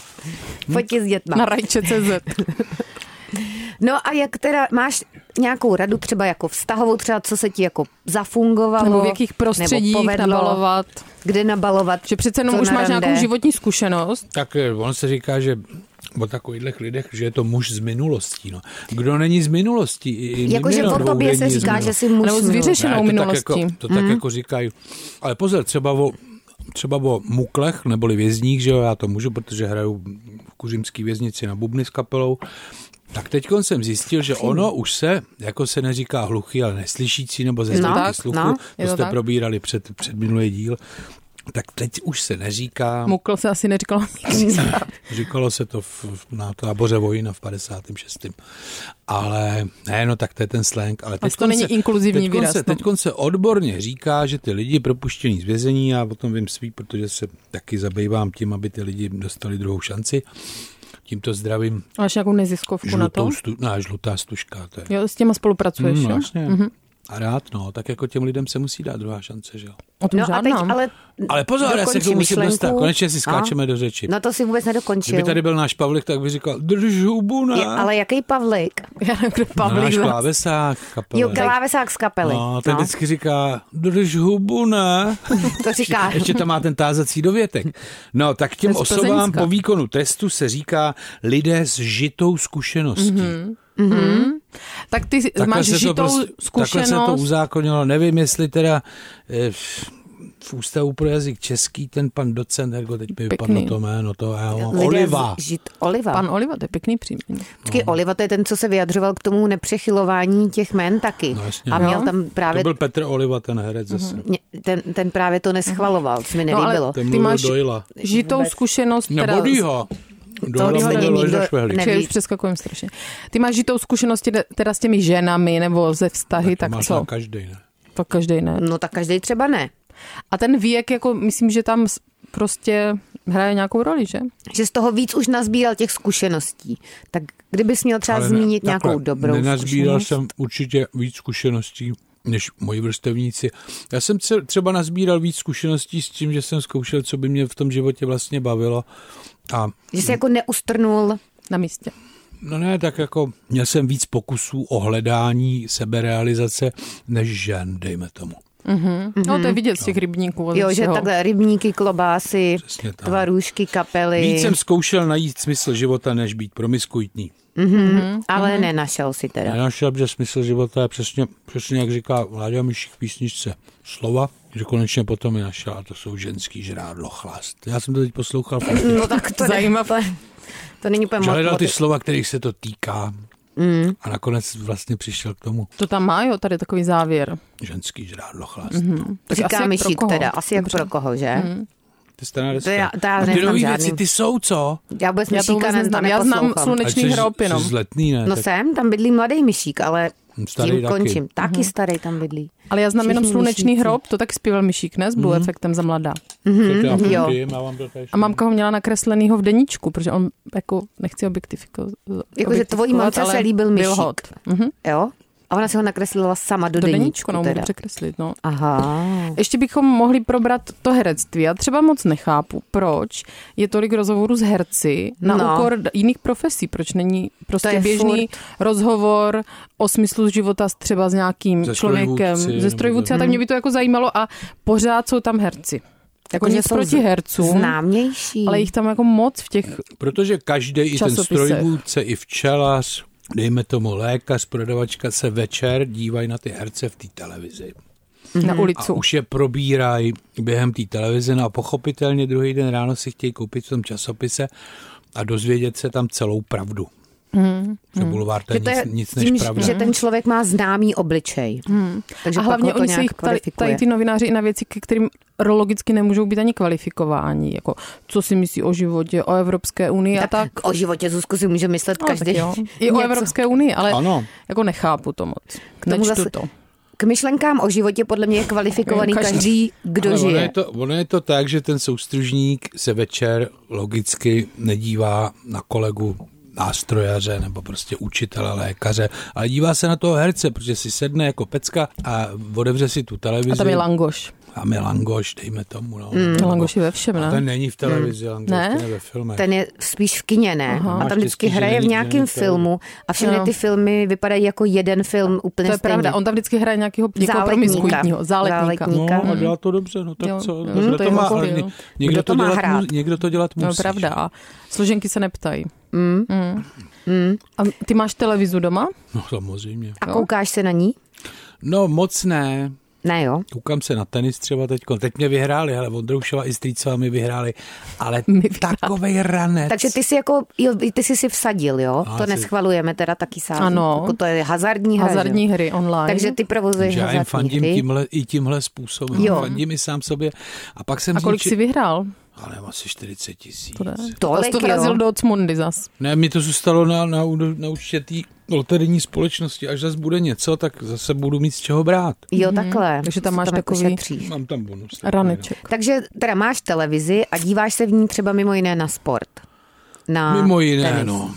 Speaker 5: Hm.
Speaker 3: Fotit s dětma.
Speaker 4: Na rajče.cz.
Speaker 3: No a jak teda máš nějakou radu třeba jako vztahovou, třeba co se ti jako zafungovalo?
Speaker 4: Nebo v jakých prostředích
Speaker 3: povedlo,
Speaker 4: nabalovat.
Speaker 3: Kde nabalovat?
Speaker 4: Že přece jenom
Speaker 3: co
Speaker 4: už
Speaker 3: na
Speaker 4: máš
Speaker 3: rande?
Speaker 4: nějakou životní zkušenost.
Speaker 5: Tak eh, on se říká, že o takových lidech, že je to muž z minulostí. No. Kdo není z minulostí? i- i
Speaker 3: Jakože
Speaker 5: Nimrod
Speaker 3: o Jako, tobě se
Speaker 5: není z
Speaker 3: říká, že
Speaker 5: minulosti.
Speaker 3: si muž
Speaker 4: Nebo
Speaker 3: minul.
Speaker 4: zvířeš-
Speaker 5: Ne,
Speaker 4: Řešenou
Speaker 5: to Tak
Speaker 4: minulostí.
Speaker 5: jako, to tak jako říkají. Ale pozor, třeba o, třeba o muklech neboli vězních, že jo, já to můžu, protože hraju v kuřimský věznici na bubny s kapelou. Tak teď jsem zjistil, že ono už se, jako se neříká hluchý, ale neslyšící nebo ze
Speaker 3: No,
Speaker 5: no,
Speaker 3: tak,
Speaker 5: sluchu,
Speaker 3: no,
Speaker 5: no,
Speaker 4: je
Speaker 5: to
Speaker 4: to
Speaker 5: jste
Speaker 4: tak.
Speaker 5: probírali před, před minulý díl, tak teď už se neříká
Speaker 4: Mukl se asi neříkalo
Speaker 5: Říkalo se to v, v- na táboře Vojina v 56. Ale ne, no tak to je ten slang. Ale
Speaker 4: to
Speaker 5: teďkon
Speaker 4: není
Speaker 5: se-
Speaker 4: inkluzivní
Speaker 5: teďkon
Speaker 4: výraz,
Speaker 5: Se,
Speaker 4: no.
Speaker 5: teďkon se odborně říká, že ty lidi propuštění z vězení, já o tom vím svý, protože se taky zabývám tím, aby ty lidi dostali druhou šanci. Tímto zdravím
Speaker 4: Máš nějakou neziskovku na to?
Speaker 5: žlutou stu, ne, žlutá stužka. To je.
Speaker 4: Jo, s těma spolupracuješ,
Speaker 5: Mm,
Speaker 4: jo?
Speaker 5: vlastně. Mm-hmm. A rád, no, tak jako těm lidem se musí dát druhá šance, že jo.
Speaker 4: O tom
Speaker 3: No a teď,
Speaker 4: žádná.
Speaker 3: ale...
Speaker 5: Ale pozor, já se
Speaker 3: dokončí
Speaker 5: k tomu musím
Speaker 3: myšlenku.
Speaker 5: dostat. Konečně si
Speaker 3: No.
Speaker 5: skáčeme do řeči.
Speaker 3: No to si vůbec nedokončil.
Speaker 5: Kdyby tady byl náš Pavlik, tak by říkal, drž hubu, ne?
Speaker 3: Je, ale jaký Pavlik?
Speaker 4: Já nevím, kdo
Speaker 5: No,
Speaker 4: Pavlík
Speaker 5: náš
Speaker 4: zas-
Speaker 5: klávesák, kapele.
Speaker 3: Jo, Galávesák z kapely.
Speaker 5: No, ten no. vždycky říká, drž hubu, ne?
Speaker 3: to říká.
Speaker 5: Ještě tam má ten tázací dovětek. No, tak těm
Speaker 4: To je z
Speaker 5: osobám
Speaker 4: Plzeňska.
Speaker 5: po výkonu trestu se říká lidé s žitou zkušeností. Mm-hmm.
Speaker 4: Tak ty máš
Speaker 5: se to
Speaker 4: žitou
Speaker 5: takhle se to
Speaker 4: zkušenost.
Speaker 5: uzákonilo. Nevím, jestli teda eh, v Ústavu pro jazyk český, ten pan docent, jako teď mi vypadlo
Speaker 4: Pěkný.
Speaker 5: to jméno, to jeho,
Speaker 3: Lidé
Speaker 5: Oliva. No.
Speaker 3: z- Žid Oliva.
Speaker 4: Pan Oliva, to je pěkný příjmení. No,
Speaker 3: Vždycky Oliva, to je ten, co se vyjadřoval k tomu nepřechylování těch jmen taky.
Speaker 5: No, jasně.
Speaker 3: A měl
Speaker 4: Jo.
Speaker 3: tam
Speaker 5: To
Speaker 3: právě,
Speaker 5: byl Petr Oliva, ten herec zase.
Speaker 3: ně- ten, ten právě to neschvaloval, co mi
Speaker 4: No, ale-
Speaker 3: nelíbilo.
Speaker 5: Ten
Speaker 4: Ty
Speaker 5: mluvil
Speaker 4: máš-
Speaker 5: do Jila.
Speaker 4: Žitou zkušenost...
Speaker 5: Nebo
Speaker 4: teda-
Speaker 5: Dýho.
Speaker 3: To
Speaker 5: Dojla
Speaker 3: stejně
Speaker 5: mluvil
Speaker 3: nikdo
Speaker 5: Leža Švehlík.
Speaker 3: neví.
Speaker 4: Čili už přeskakujeme strašně. Ty máš žitou zkušenost teda- teda s těmi ženami nebo ze vztahy, tak,
Speaker 5: To máš
Speaker 4: co?
Speaker 5: na každý, ne?
Speaker 4: To každý ne.
Speaker 3: No tak každý třeba ne.
Speaker 4: A ten věk, jako myslím, že tam s- prostě hraje nějakou roli, že?
Speaker 3: Že z toho víc už nazbíral těch zkušeností. Tak kdybys měl třeba
Speaker 5: Ale ne-
Speaker 3: zmínit
Speaker 5: takhle,
Speaker 3: nějakou dobrou
Speaker 5: Nenazbíral
Speaker 3: zkušenost.
Speaker 5: jsem určitě víc zkušeností než moji vrstevníci. Já jsem tře- třeba nazbíral víc zkušeností s tím, že jsem zkoušel, co by mě v tom životě vlastně bavilo. A
Speaker 3: Že jsi jako neustrnul.
Speaker 4: Na místě.
Speaker 5: no ne, tak jako měl jsem víc pokusů o hledání seberealizace než žen, dejme tomu.
Speaker 4: Mm-hmm. No to je vidět z těch rybníků. a ze
Speaker 3: Mhm. Jo, že
Speaker 4: všeho.
Speaker 3: takhle rybníky, klobásy,
Speaker 5: Přesně tak.
Speaker 3: tvarůžky, kapely.
Speaker 5: Víc jsem zkoušel najít smysl života, než být promiskuitní.
Speaker 3: Mhm, Ale nenašel si teda.
Speaker 5: Nenašel, že smysl života je přesně, přesně jak říká Vláďa Myšík v písničce slova, že konečně potom je našel a to jsou ženský žrádlo chlast. Já jsem to teď poslouchal, protože
Speaker 3: No tak to, ne,
Speaker 4: Zajímavé.
Speaker 3: to není úplně
Speaker 5: že hledal
Speaker 3: moc-
Speaker 5: ty slova, kterých se to týká
Speaker 3: Mm.
Speaker 5: a nakonec vlastně přišel k tomu
Speaker 4: To tam má, jo, tady takový závěr.
Speaker 5: ženský žrádlo chlast.
Speaker 3: Mhm.
Speaker 5: Mm-hmm.
Speaker 4: Tak asi
Speaker 3: Říká
Speaker 4: jak
Speaker 3: Myšík
Speaker 4: pro koho? Mhm.
Speaker 3: teda, asi jak pro koho, že?
Speaker 5: Ty stará
Speaker 3: To já- to já
Speaker 5: a ty
Speaker 3: neznám
Speaker 5: nový
Speaker 3: žádný.
Speaker 5: věci, ty jsou co?
Speaker 3: Já vůbec
Speaker 4: Já
Speaker 3: Myšíka
Speaker 4: to vůbec
Speaker 3: ne,
Speaker 4: neznám. Já znám
Speaker 3: neposlouchám.
Speaker 4: sluneční
Speaker 5: Ale jsi-
Speaker 4: hrob jenom.
Speaker 5: Jsi z letný, ne?
Speaker 3: No
Speaker 5: tak
Speaker 3: sem, tam bydlí mladý myšík, ale
Speaker 5: Starý
Speaker 3: tím
Speaker 5: taky.
Speaker 3: končím. Taky starý tam bydlí.
Speaker 4: Mhm. Ale já znám jenom
Speaker 3: Všichni
Speaker 4: slunečný
Speaker 3: měsíci.
Speaker 4: hrob, to tak zpíval Myšík, ne? S
Speaker 3: Mhm.
Speaker 4: Blue efektem za mladá.
Speaker 5: to já
Speaker 3: jo.
Speaker 5: půjdem a mám to tady
Speaker 4: A mamka ho měla nakreslenýho v deníčku, protože on, jako, nechci objektifiko,
Speaker 3: Jakože Jako, tvojí mamce
Speaker 4: ale
Speaker 3: se líbil
Speaker 4: Byl
Speaker 3: myšík.
Speaker 4: hot. Mhm.
Speaker 3: Jo? A ona si ho nakreslila sama do,
Speaker 4: Do deníčku, no, můžu
Speaker 3: teda.
Speaker 4: překreslit, no.
Speaker 3: Aha.
Speaker 4: Ještě bychom mohli probrat to herectví. Já třeba moc nechápu, proč je tolik rozhovorů s herci na
Speaker 3: No.
Speaker 4: no. úkor d- jiných profesí. Proč není prostě
Speaker 3: To je
Speaker 4: běžný rozhovor o smyslu života s třeba s nějakým
Speaker 5: Se
Speaker 4: člověkem
Speaker 5: strojvůdci,
Speaker 4: ze
Speaker 5: nebo
Speaker 4: strojvůdce.
Speaker 3: Mhm.
Speaker 4: A tak mě by to jako zajímalo a pořád jsou tam herci. Jako
Speaker 3: Oni
Speaker 4: nic
Speaker 3: jsou
Speaker 4: proti
Speaker 3: z-
Speaker 4: hercům,
Speaker 3: Známější.
Speaker 4: ale jich tam jako moc v těch...
Speaker 5: Protože každý, i ten
Speaker 4: časopisech.
Speaker 5: strojvůdce, i včelař, dejme tomu lékař, prodavačka se večer dívají na ty herce v té televizi.
Speaker 3: Mhm.
Speaker 4: Na
Speaker 5: A
Speaker 4: ulicu.
Speaker 5: už je probírají během té televize no a pochopitelně druhý den ráno si chtějí koupit v tom časopise a dozvědět se tam celou pravdu. Hmm. Bulvár to je,
Speaker 3: že to je
Speaker 5: nic, nic než
Speaker 3: tím,
Speaker 5: pravda.
Speaker 3: že ten člověk má známý obličej. Hmm. Takže
Speaker 4: a
Speaker 3: pak
Speaker 4: hlavně
Speaker 3: ho to
Speaker 4: oni se
Speaker 3: nějak
Speaker 4: jich ptali,
Speaker 3: kvalifikuje.
Speaker 4: ptají ty novináři i na věci, ke kterým logicky nemůžou být ani kvalifikováni. Jako, co si myslí o životě, o Evropské unii a tak.
Speaker 3: O životě Zuzku si může myslet
Speaker 4: No,
Speaker 3: každý.
Speaker 4: tak jo. I o
Speaker 3: něco.
Speaker 4: Evropské unii, ale
Speaker 5: Ano.
Speaker 4: ano. jako nechápu to moc.
Speaker 3: K tomu
Speaker 4: Nečtu
Speaker 3: zase-
Speaker 4: to.
Speaker 3: K myšlenkám o životě podle mě je kvalifikovaný
Speaker 4: Každý.
Speaker 3: každý, kdo
Speaker 5: Ale ono je,
Speaker 3: žije.
Speaker 5: to, ono je to tak, že ten soustružník se večer logicky nedívá na kolegu nástrojaře nebo prostě učitele, lékaře, ale dívá se na toho herce, protože si sedne jako pecka a otevře si tu televizi.
Speaker 4: A tam je Langoš.
Speaker 5: Tam je langoš, dejme tomu. No. Mm.
Speaker 4: Langoš je ve všem,
Speaker 5: A ten
Speaker 4: ne?
Speaker 5: není v televizi, mm. langoš,
Speaker 4: Ne?
Speaker 5: ten je ve filmech.
Speaker 3: Ten je spíš v kině, ne?
Speaker 5: Máš
Speaker 3: A tam vždycky
Speaker 5: štěstí, že
Speaker 3: hraje v
Speaker 5: není- že
Speaker 3: nějakém
Speaker 5: není to-
Speaker 3: filmu a všechny
Speaker 4: Jo.
Speaker 3: ty filmy vypadají jako jeden film úplně
Speaker 4: To je
Speaker 3: stejně.
Speaker 4: pravda, on tam vždycky hraje nějakého někoho
Speaker 3: Záletníka.
Speaker 4: promiskuitního, záletníka.
Speaker 3: Záletníka.
Speaker 5: No,
Speaker 3: týká.
Speaker 5: a dělá to dobře, no tak
Speaker 4: Jo,
Speaker 5: co?
Speaker 4: jo,
Speaker 5: No,
Speaker 4: to
Speaker 5: Kdo,
Speaker 4: je
Speaker 5: to má,
Speaker 4: jako
Speaker 5: ale
Speaker 4: jo.
Speaker 5: ně- někdo,
Speaker 3: Kdo
Speaker 5: to
Speaker 3: to má
Speaker 5: dělat
Speaker 3: hrát?
Speaker 5: mu- někdo to dělat musí.
Speaker 4: No, pravda. A složenky se neptají. Mm. A ty máš televizu doma?
Speaker 5: že? No samozřejmě.
Speaker 3: A koukáš se na ní?
Speaker 5: No moc ne,
Speaker 3: Ne jo.
Speaker 5: Koukám se na tenis třeba teď. Teď mě vyhráli, hele, Vondroušova i Strýcová mi vyhráli, ale
Speaker 4: vyhráli.
Speaker 5: takovej ranec.
Speaker 3: Takže ty jsi jako, jo, ty jsi si vsadil, jo?
Speaker 5: Aha,
Speaker 3: to
Speaker 5: jsi-
Speaker 3: neschvalujeme teda taky sám.
Speaker 4: Ano.
Speaker 3: Jako to je hazardní hra,
Speaker 4: Hazardní
Speaker 3: že?
Speaker 4: hry online.
Speaker 3: Takže ty provozuješ
Speaker 5: že já jim
Speaker 3: hazardní
Speaker 5: fandím
Speaker 3: hry.
Speaker 5: tímhle, i tímhle způsobem.
Speaker 3: Jo.
Speaker 5: Jo. Fandím i sám sobě. A pak jsem
Speaker 4: A kolik
Speaker 5: zničil-
Speaker 4: jsi vyhrál?
Speaker 5: Ale asi 40 tisíc.
Speaker 4: To ne.
Speaker 3: Tolik,
Speaker 4: Zas to vrazil
Speaker 3: jo.
Speaker 4: do Ocmundy zas.
Speaker 5: Ne, mi to zůstalo na, na, na účtě té loterijní společnosti. Až zase bude něco, tak zase budu mít z čeho brát.
Speaker 3: Jo, takhle.
Speaker 4: Mhm. Takže tam
Speaker 3: Si
Speaker 4: máš
Speaker 3: jako
Speaker 4: takový-
Speaker 3: šetříš.
Speaker 5: Mám tam bonus. takový, no.
Speaker 4: Raneček.
Speaker 3: Takže teda máš televizi a díváš se v ní třeba mimo jiné na sport. Na
Speaker 5: Mimo jiné,
Speaker 3: tenis.
Speaker 5: no.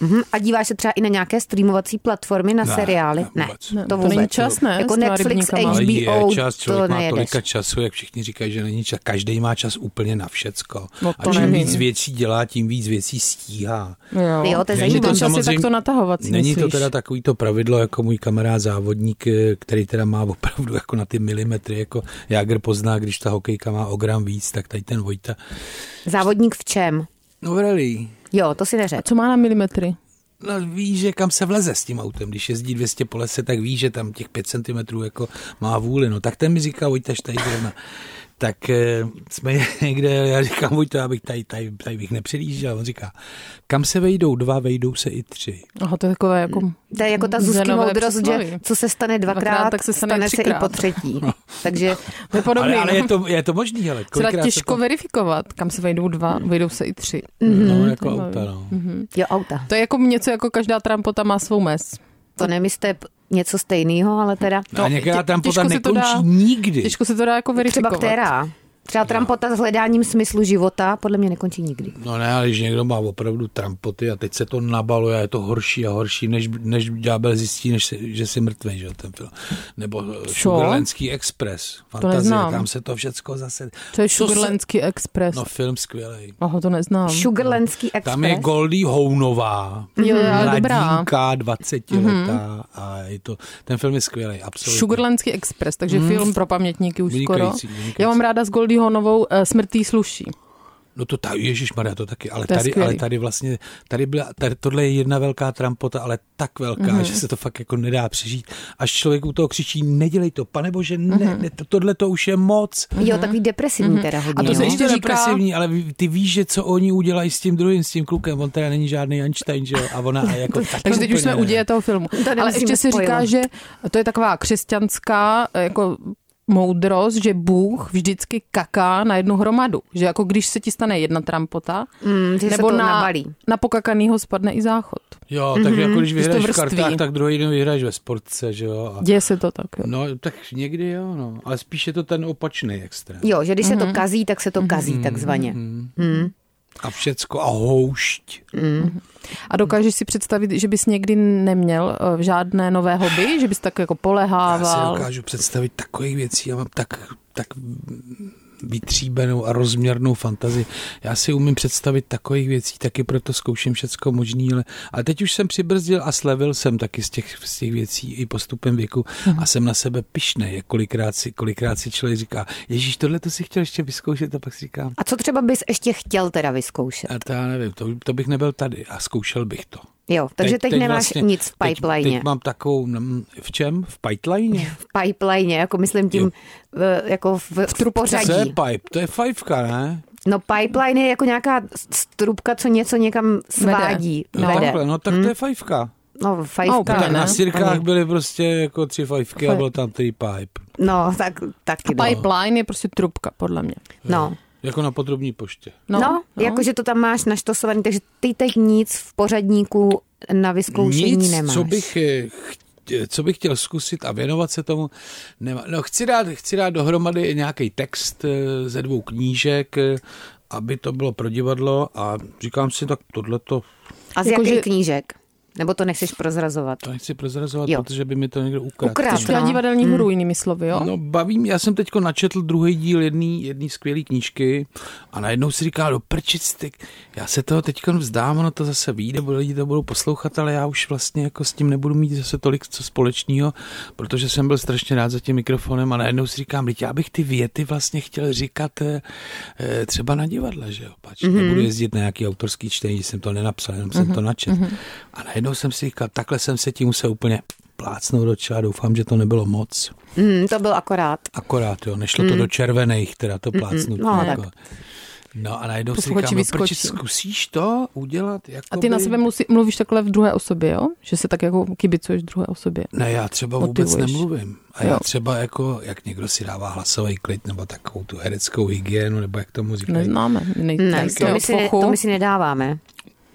Speaker 3: Mhm. A díváš se třeba i na nějaké streamovací platformy, na
Speaker 5: Ne,
Speaker 3: seriály?
Speaker 5: ne, vůbec.
Speaker 3: to
Speaker 4: to
Speaker 3: vůbec.
Speaker 4: není čas, ne,
Speaker 3: Jako
Speaker 4: s těma
Speaker 3: Netflix,
Speaker 4: rybníkama.
Speaker 5: Ale
Speaker 3: HBO,
Speaker 5: je čas,
Speaker 3: to
Speaker 5: člověk má
Speaker 3: nejedeš.
Speaker 5: tolika času, jak všichni říkají, že není čas. Každý má čas úplně na všecko.
Speaker 4: No
Speaker 5: a
Speaker 4: to
Speaker 5: čím
Speaker 4: nevím.
Speaker 5: víc věcí dělá, tím víc věcí stíhá.
Speaker 3: Jo, to je
Speaker 5: Není
Speaker 4: Není
Speaker 3: zajímavé.
Speaker 4: to čas je
Speaker 5: samozřejmě-
Speaker 4: takto natahovací,
Speaker 5: Není to
Speaker 4: myslíš?
Speaker 5: teda takový to pravidlo, jako můj kamarád závodník, eh, který teda má opravdu jako na ty milimetry, jako Jágr pozná, když ta hokejka má o gram víc, tak tady ten Vojta.
Speaker 3: Závodník v čem?
Speaker 5: No v rally.
Speaker 3: Jo, to si
Speaker 4: A
Speaker 3: neřekl.
Speaker 4: co má na milimetry?
Speaker 5: No, ví, že kam se vleze s tím autem. Když jezdí 200 po lese, tak ví, že tam těch 5 cm jako má vůli. No tak ten mi říká, Vojta Štajzrovna, tak eh, jsme někde, já říkám, buď to, abych tady, tady, tady bych nepřilížel. On říká, kam se vejdou dva, vejdou se i tři.
Speaker 4: Aha, to je takové jako...
Speaker 3: To je jako ta Zuzky
Speaker 4: Zenové
Speaker 3: moudrost, že
Speaker 4: přesloví.
Speaker 3: co se stane dvakrát,
Speaker 4: Dvakrát, tak se stane
Speaker 3: stane se i
Speaker 4: třikrát.
Speaker 3: po třetí. Takže
Speaker 4: To je podobný.
Speaker 5: Ale, ale
Speaker 4: no.
Speaker 5: je, to, je to možný, ale
Speaker 4: se
Speaker 5: kolikrát
Speaker 4: dá
Speaker 5: se
Speaker 4: těžko
Speaker 5: to...
Speaker 4: verifikovat, kam se vejdou dva, vejdou se i tři.
Speaker 5: No, jako
Speaker 4: to je
Speaker 5: auta, no.
Speaker 3: jo, auta.
Speaker 4: To je jako něco, jako každá trampota má svou mes.
Speaker 3: To nemyslíte p- něco stejného, ale teda
Speaker 5: No, a některá
Speaker 4: tě-
Speaker 5: tam
Speaker 4: těžko
Speaker 5: potom
Speaker 4: se to dá-
Speaker 5: nekončí nikdy.
Speaker 4: Těžko se to dá jako
Speaker 3: třeba
Speaker 4: verifikovat.
Speaker 3: která. Třeba trampota s hledáním smyslu života podle mě nekončí nikdy.
Speaker 5: No ne, ale když někdo má opravdu trampoty a teď se to nabaluje a je to horší a horší, než, než ďábel zjistí, než, se- že jsi mrtvý, že jo, ten film. Nebo eh, Sugarlandský Express, fantazie,
Speaker 4: neznám.
Speaker 5: tam se to všecko zase...
Speaker 4: To je
Speaker 5: Co se-
Speaker 4: Sugarlandský Express.
Speaker 5: No film skvělý.
Speaker 4: Aha, to neznám.
Speaker 3: Sugarlandský express.
Speaker 5: Tam je Goldie Hounová,
Speaker 4: Jo, jo, ale No, dobrá. Mhm.
Speaker 5: mladínka, 20 letá a je to, ten film je skvělý, absolutně.
Speaker 4: Sugarlandský Express, takže film pro pamětníky už skoro.
Speaker 5: Hmm. Vynikající, vynikající.
Speaker 4: Já mám ráda s Goldieho novou eh, Smrtý sluší.
Speaker 5: No to tady, Ježíš Maria, to taky, ale
Speaker 4: To je
Speaker 5: tady,
Speaker 4: skvělý.
Speaker 5: ale tady vlastně, tady byla, tady, tohle je jedna velká trampota, ale tak velká,
Speaker 4: Mhm.
Speaker 5: mm-hmm. že se to fakt jako nedá přežít. Až člověk u toho křičí, nedělej to, pane bože, ne,
Speaker 4: Mhm.
Speaker 5: mm-hmm. ne to, tohle to už je moc.
Speaker 3: Jo, takový depresivní teda hodně. no.
Speaker 4: A to
Speaker 5: To
Speaker 4: se
Speaker 5: se
Speaker 3: jo.
Speaker 4: ještě
Speaker 5: ještě
Speaker 4: říká-
Speaker 5: depresivní, ale ví- ty víš, že co oni udělají s tím druhým, s tím klukem, on teda není žádný Einstein, že jo, a ona a jako... tak
Speaker 4: Takže teď
Speaker 5: úplně
Speaker 4: už jsme
Speaker 5: ne.
Speaker 4: u děje toho filmu. Ale
Speaker 3: nemusíme
Speaker 4: ještě se říká,
Speaker 3: spojovat.
Speaker 4: že to je taková křesťanská eh, jako moudrost, že Bůh vždycky kaká na jednu hromadu. Že jako když se ti stane jedna trampota,
Speaker 3: Mm, že
Speaker 4: nebo
Speaker 3: se to
Speaker 4: na,
Speaker 3: nabalí.
Speaker 4: na pokakanýho spadne i záchod.
Speaker 5: Jo, takže jako když vyhraješ v
Speaker 4: Mhm. vrství.
Speaker 5: kartách, tak druhý den vyhraješ ve sportce, že jo. A...
Speaker 4: Děje se to tak. Jo.
Speaker 5: No, tak někdy jo, no. Ale spíš je to ten opačný extrém.
Speaker 3: Jo, že když se
Speaker 5: Mhm.
Speaker 3: to kazí, tak se to kazí takzvaně.
Speaker 5: A všecko a houšť.
Speaker 4: A dokážeš si představit, že bys někdy neměl eh, žádné nové hobby, že bys tak jako
Speaker 5: Já si
Speaker 4: polehával.
Speaker 5: dokážu představit takových věcí, já mám tak, tak vytříbenou a rozměrnou fantazii. Já si umím představit takových věcí, taky proto zkouším všecko možný, ale, ale teď už jsem přibrzdil a slevil jsem taky z těch, z těch věcí i postupem věku
Speaker 3: Mhm.
Speaker 5: a jsem na sebe pišnej, jak kolikrát si, kolikrát si člověk říká, ježíš, tohle to si chtěl ještě vyzkoušet a pak si říkám,
Speaker 3: A co třeba bys ještě chtěl teda vyzkoušet?
Speaker 5: a to já nevím, to, to bych nebyl tady a zkoušel bych to.
Speaker 3: Jo, takže teď, nemáš nic v
Speaker 5: vlastně- Teď,
Speaker 3: pipeline.
Speaker 5: teď mám takovou, mm, v čem? V pipeline?
Speaker 3: V pipeline, jako myslím tím, v, jako v, v, v
Speaker 5: Co je
Speaker 3: pořadí.
Speaker 5: pipe? To je fajfka, ne?
Speaker 3: No pipeline je jako nějaká strubka, co něco někam svádí,
Speaker 5: No,
Speaker 3: vede.
Speaker 5: takhle, no tak
Speaker 3: Hm?
Speaker 5: to je fajfka.
Speaker 3: No, fajfka.
Speaker 4: No, úplně
Speaker 5: Tak
Speaker 4: ne.
Speaker 5: na sirkách
Speaker 3: Ani-
Speaker 5: byly prostě jako tři fajfky a byl tam tři pipe.
Speaker 3: No, tak, taky no.
Speaker 4: Pipeline je prostě trubka, podle mě.
Speaker 3: No.
Speaker 5: Jako na potrubní poště.
Speaker 3: No, no, no. jakože to tam máš naštosovaný, takže ty teď nic v pořadníku na vyzkoušení
Speaker 5: Nic,
Speaker 3: nemáš.
Speaker 5: co bych eh, chtě- co bych chtěl zkusit a věnovat se tomu. Nemá. No, chci, dát, chci dát dohromady nějaký text eh, ze dvou knížek, eh, aby to bylo pro divadlo a říkám si, tak tohle to
Speaker 3: A z
Speaker 4: Jako,
Speaker 3: jakých
Speaker 4: že-
Speaker 3: knížek? Nebo to nechceš prozrazovat?
Speaker 5: to nechci prozrazovat,
Speaker 3: Jo.
Speaker 5: protože by mi to někdo ukradl.
Speaker 3: Ukradl.
Speaker 4: Jsi chtěla
Speaker 3: No.
Speaker 4: divadelní hru, jinými slovy, jo?
Speaker 5: No baví mě, já jsem teďko načetl druhý díl jedný, jedný skvělý knížky a najednou si říká, do prčic, ty, já se toho teďko vzdám, ono to zase vyjde, bude- lidi to budou poslouchat, ale já už vlastně jako s tím nebudu mít zase tolik co společného, protože jsem byl strašně rád za tím mikrofonem a najednou si říkám, teď já bych ty věty vlastně chtěl říkat eh, eh, třeba na divadle, že jo, pač, mm-hmm. nebudu jezdit na nějaký autorský čtení, jsem to nenapsal, jenom jsem to načet. A najednou jsem si říkal, takhle jsem se tím musel úplně plácnout do čela, doufám, že to nebylo moc.
Speaker 3: Mm, to byl akorát.
Speaker 5: Akorát, jo, nešlo to do
Speaker 4: Mm.
Speaker 5: červených, teda to plácnutí. jako.
Speaker 3: no,
Speaker 5: no a najednou si
Speaker 4: Posluchači
Speaker 5: říkám, no, proč
Speaker 4: vyskočí.
Speaker 5: zkusíš to udělat? jako Jakoby...
Speaker 4: A ty na sebe musí, mluvíš takhle v druhé osobě, jo? Že se tak jako kibicuješ druhé osobě.
Speaker 5: Ne, já třeba vůbec
Speaker 4: motivuješ.
Speaker 5: nemluvím. A já
Speaker 4: Jo.
Speaker 5: třeba jako, jak někdo si dává hlasový klid, nebo takovou tu hereckou hygienu, nebo jak tomu říkají.
Speaker 4: Neznáme. Nej,
Speaker 3: Ne,
Speaker 4: nejsme
Speaker 3: to my,
Speaker 4: od
Speaker 3: si, ne-
Speaker 4: fochu.
Speaker 3: to my si nedáváme.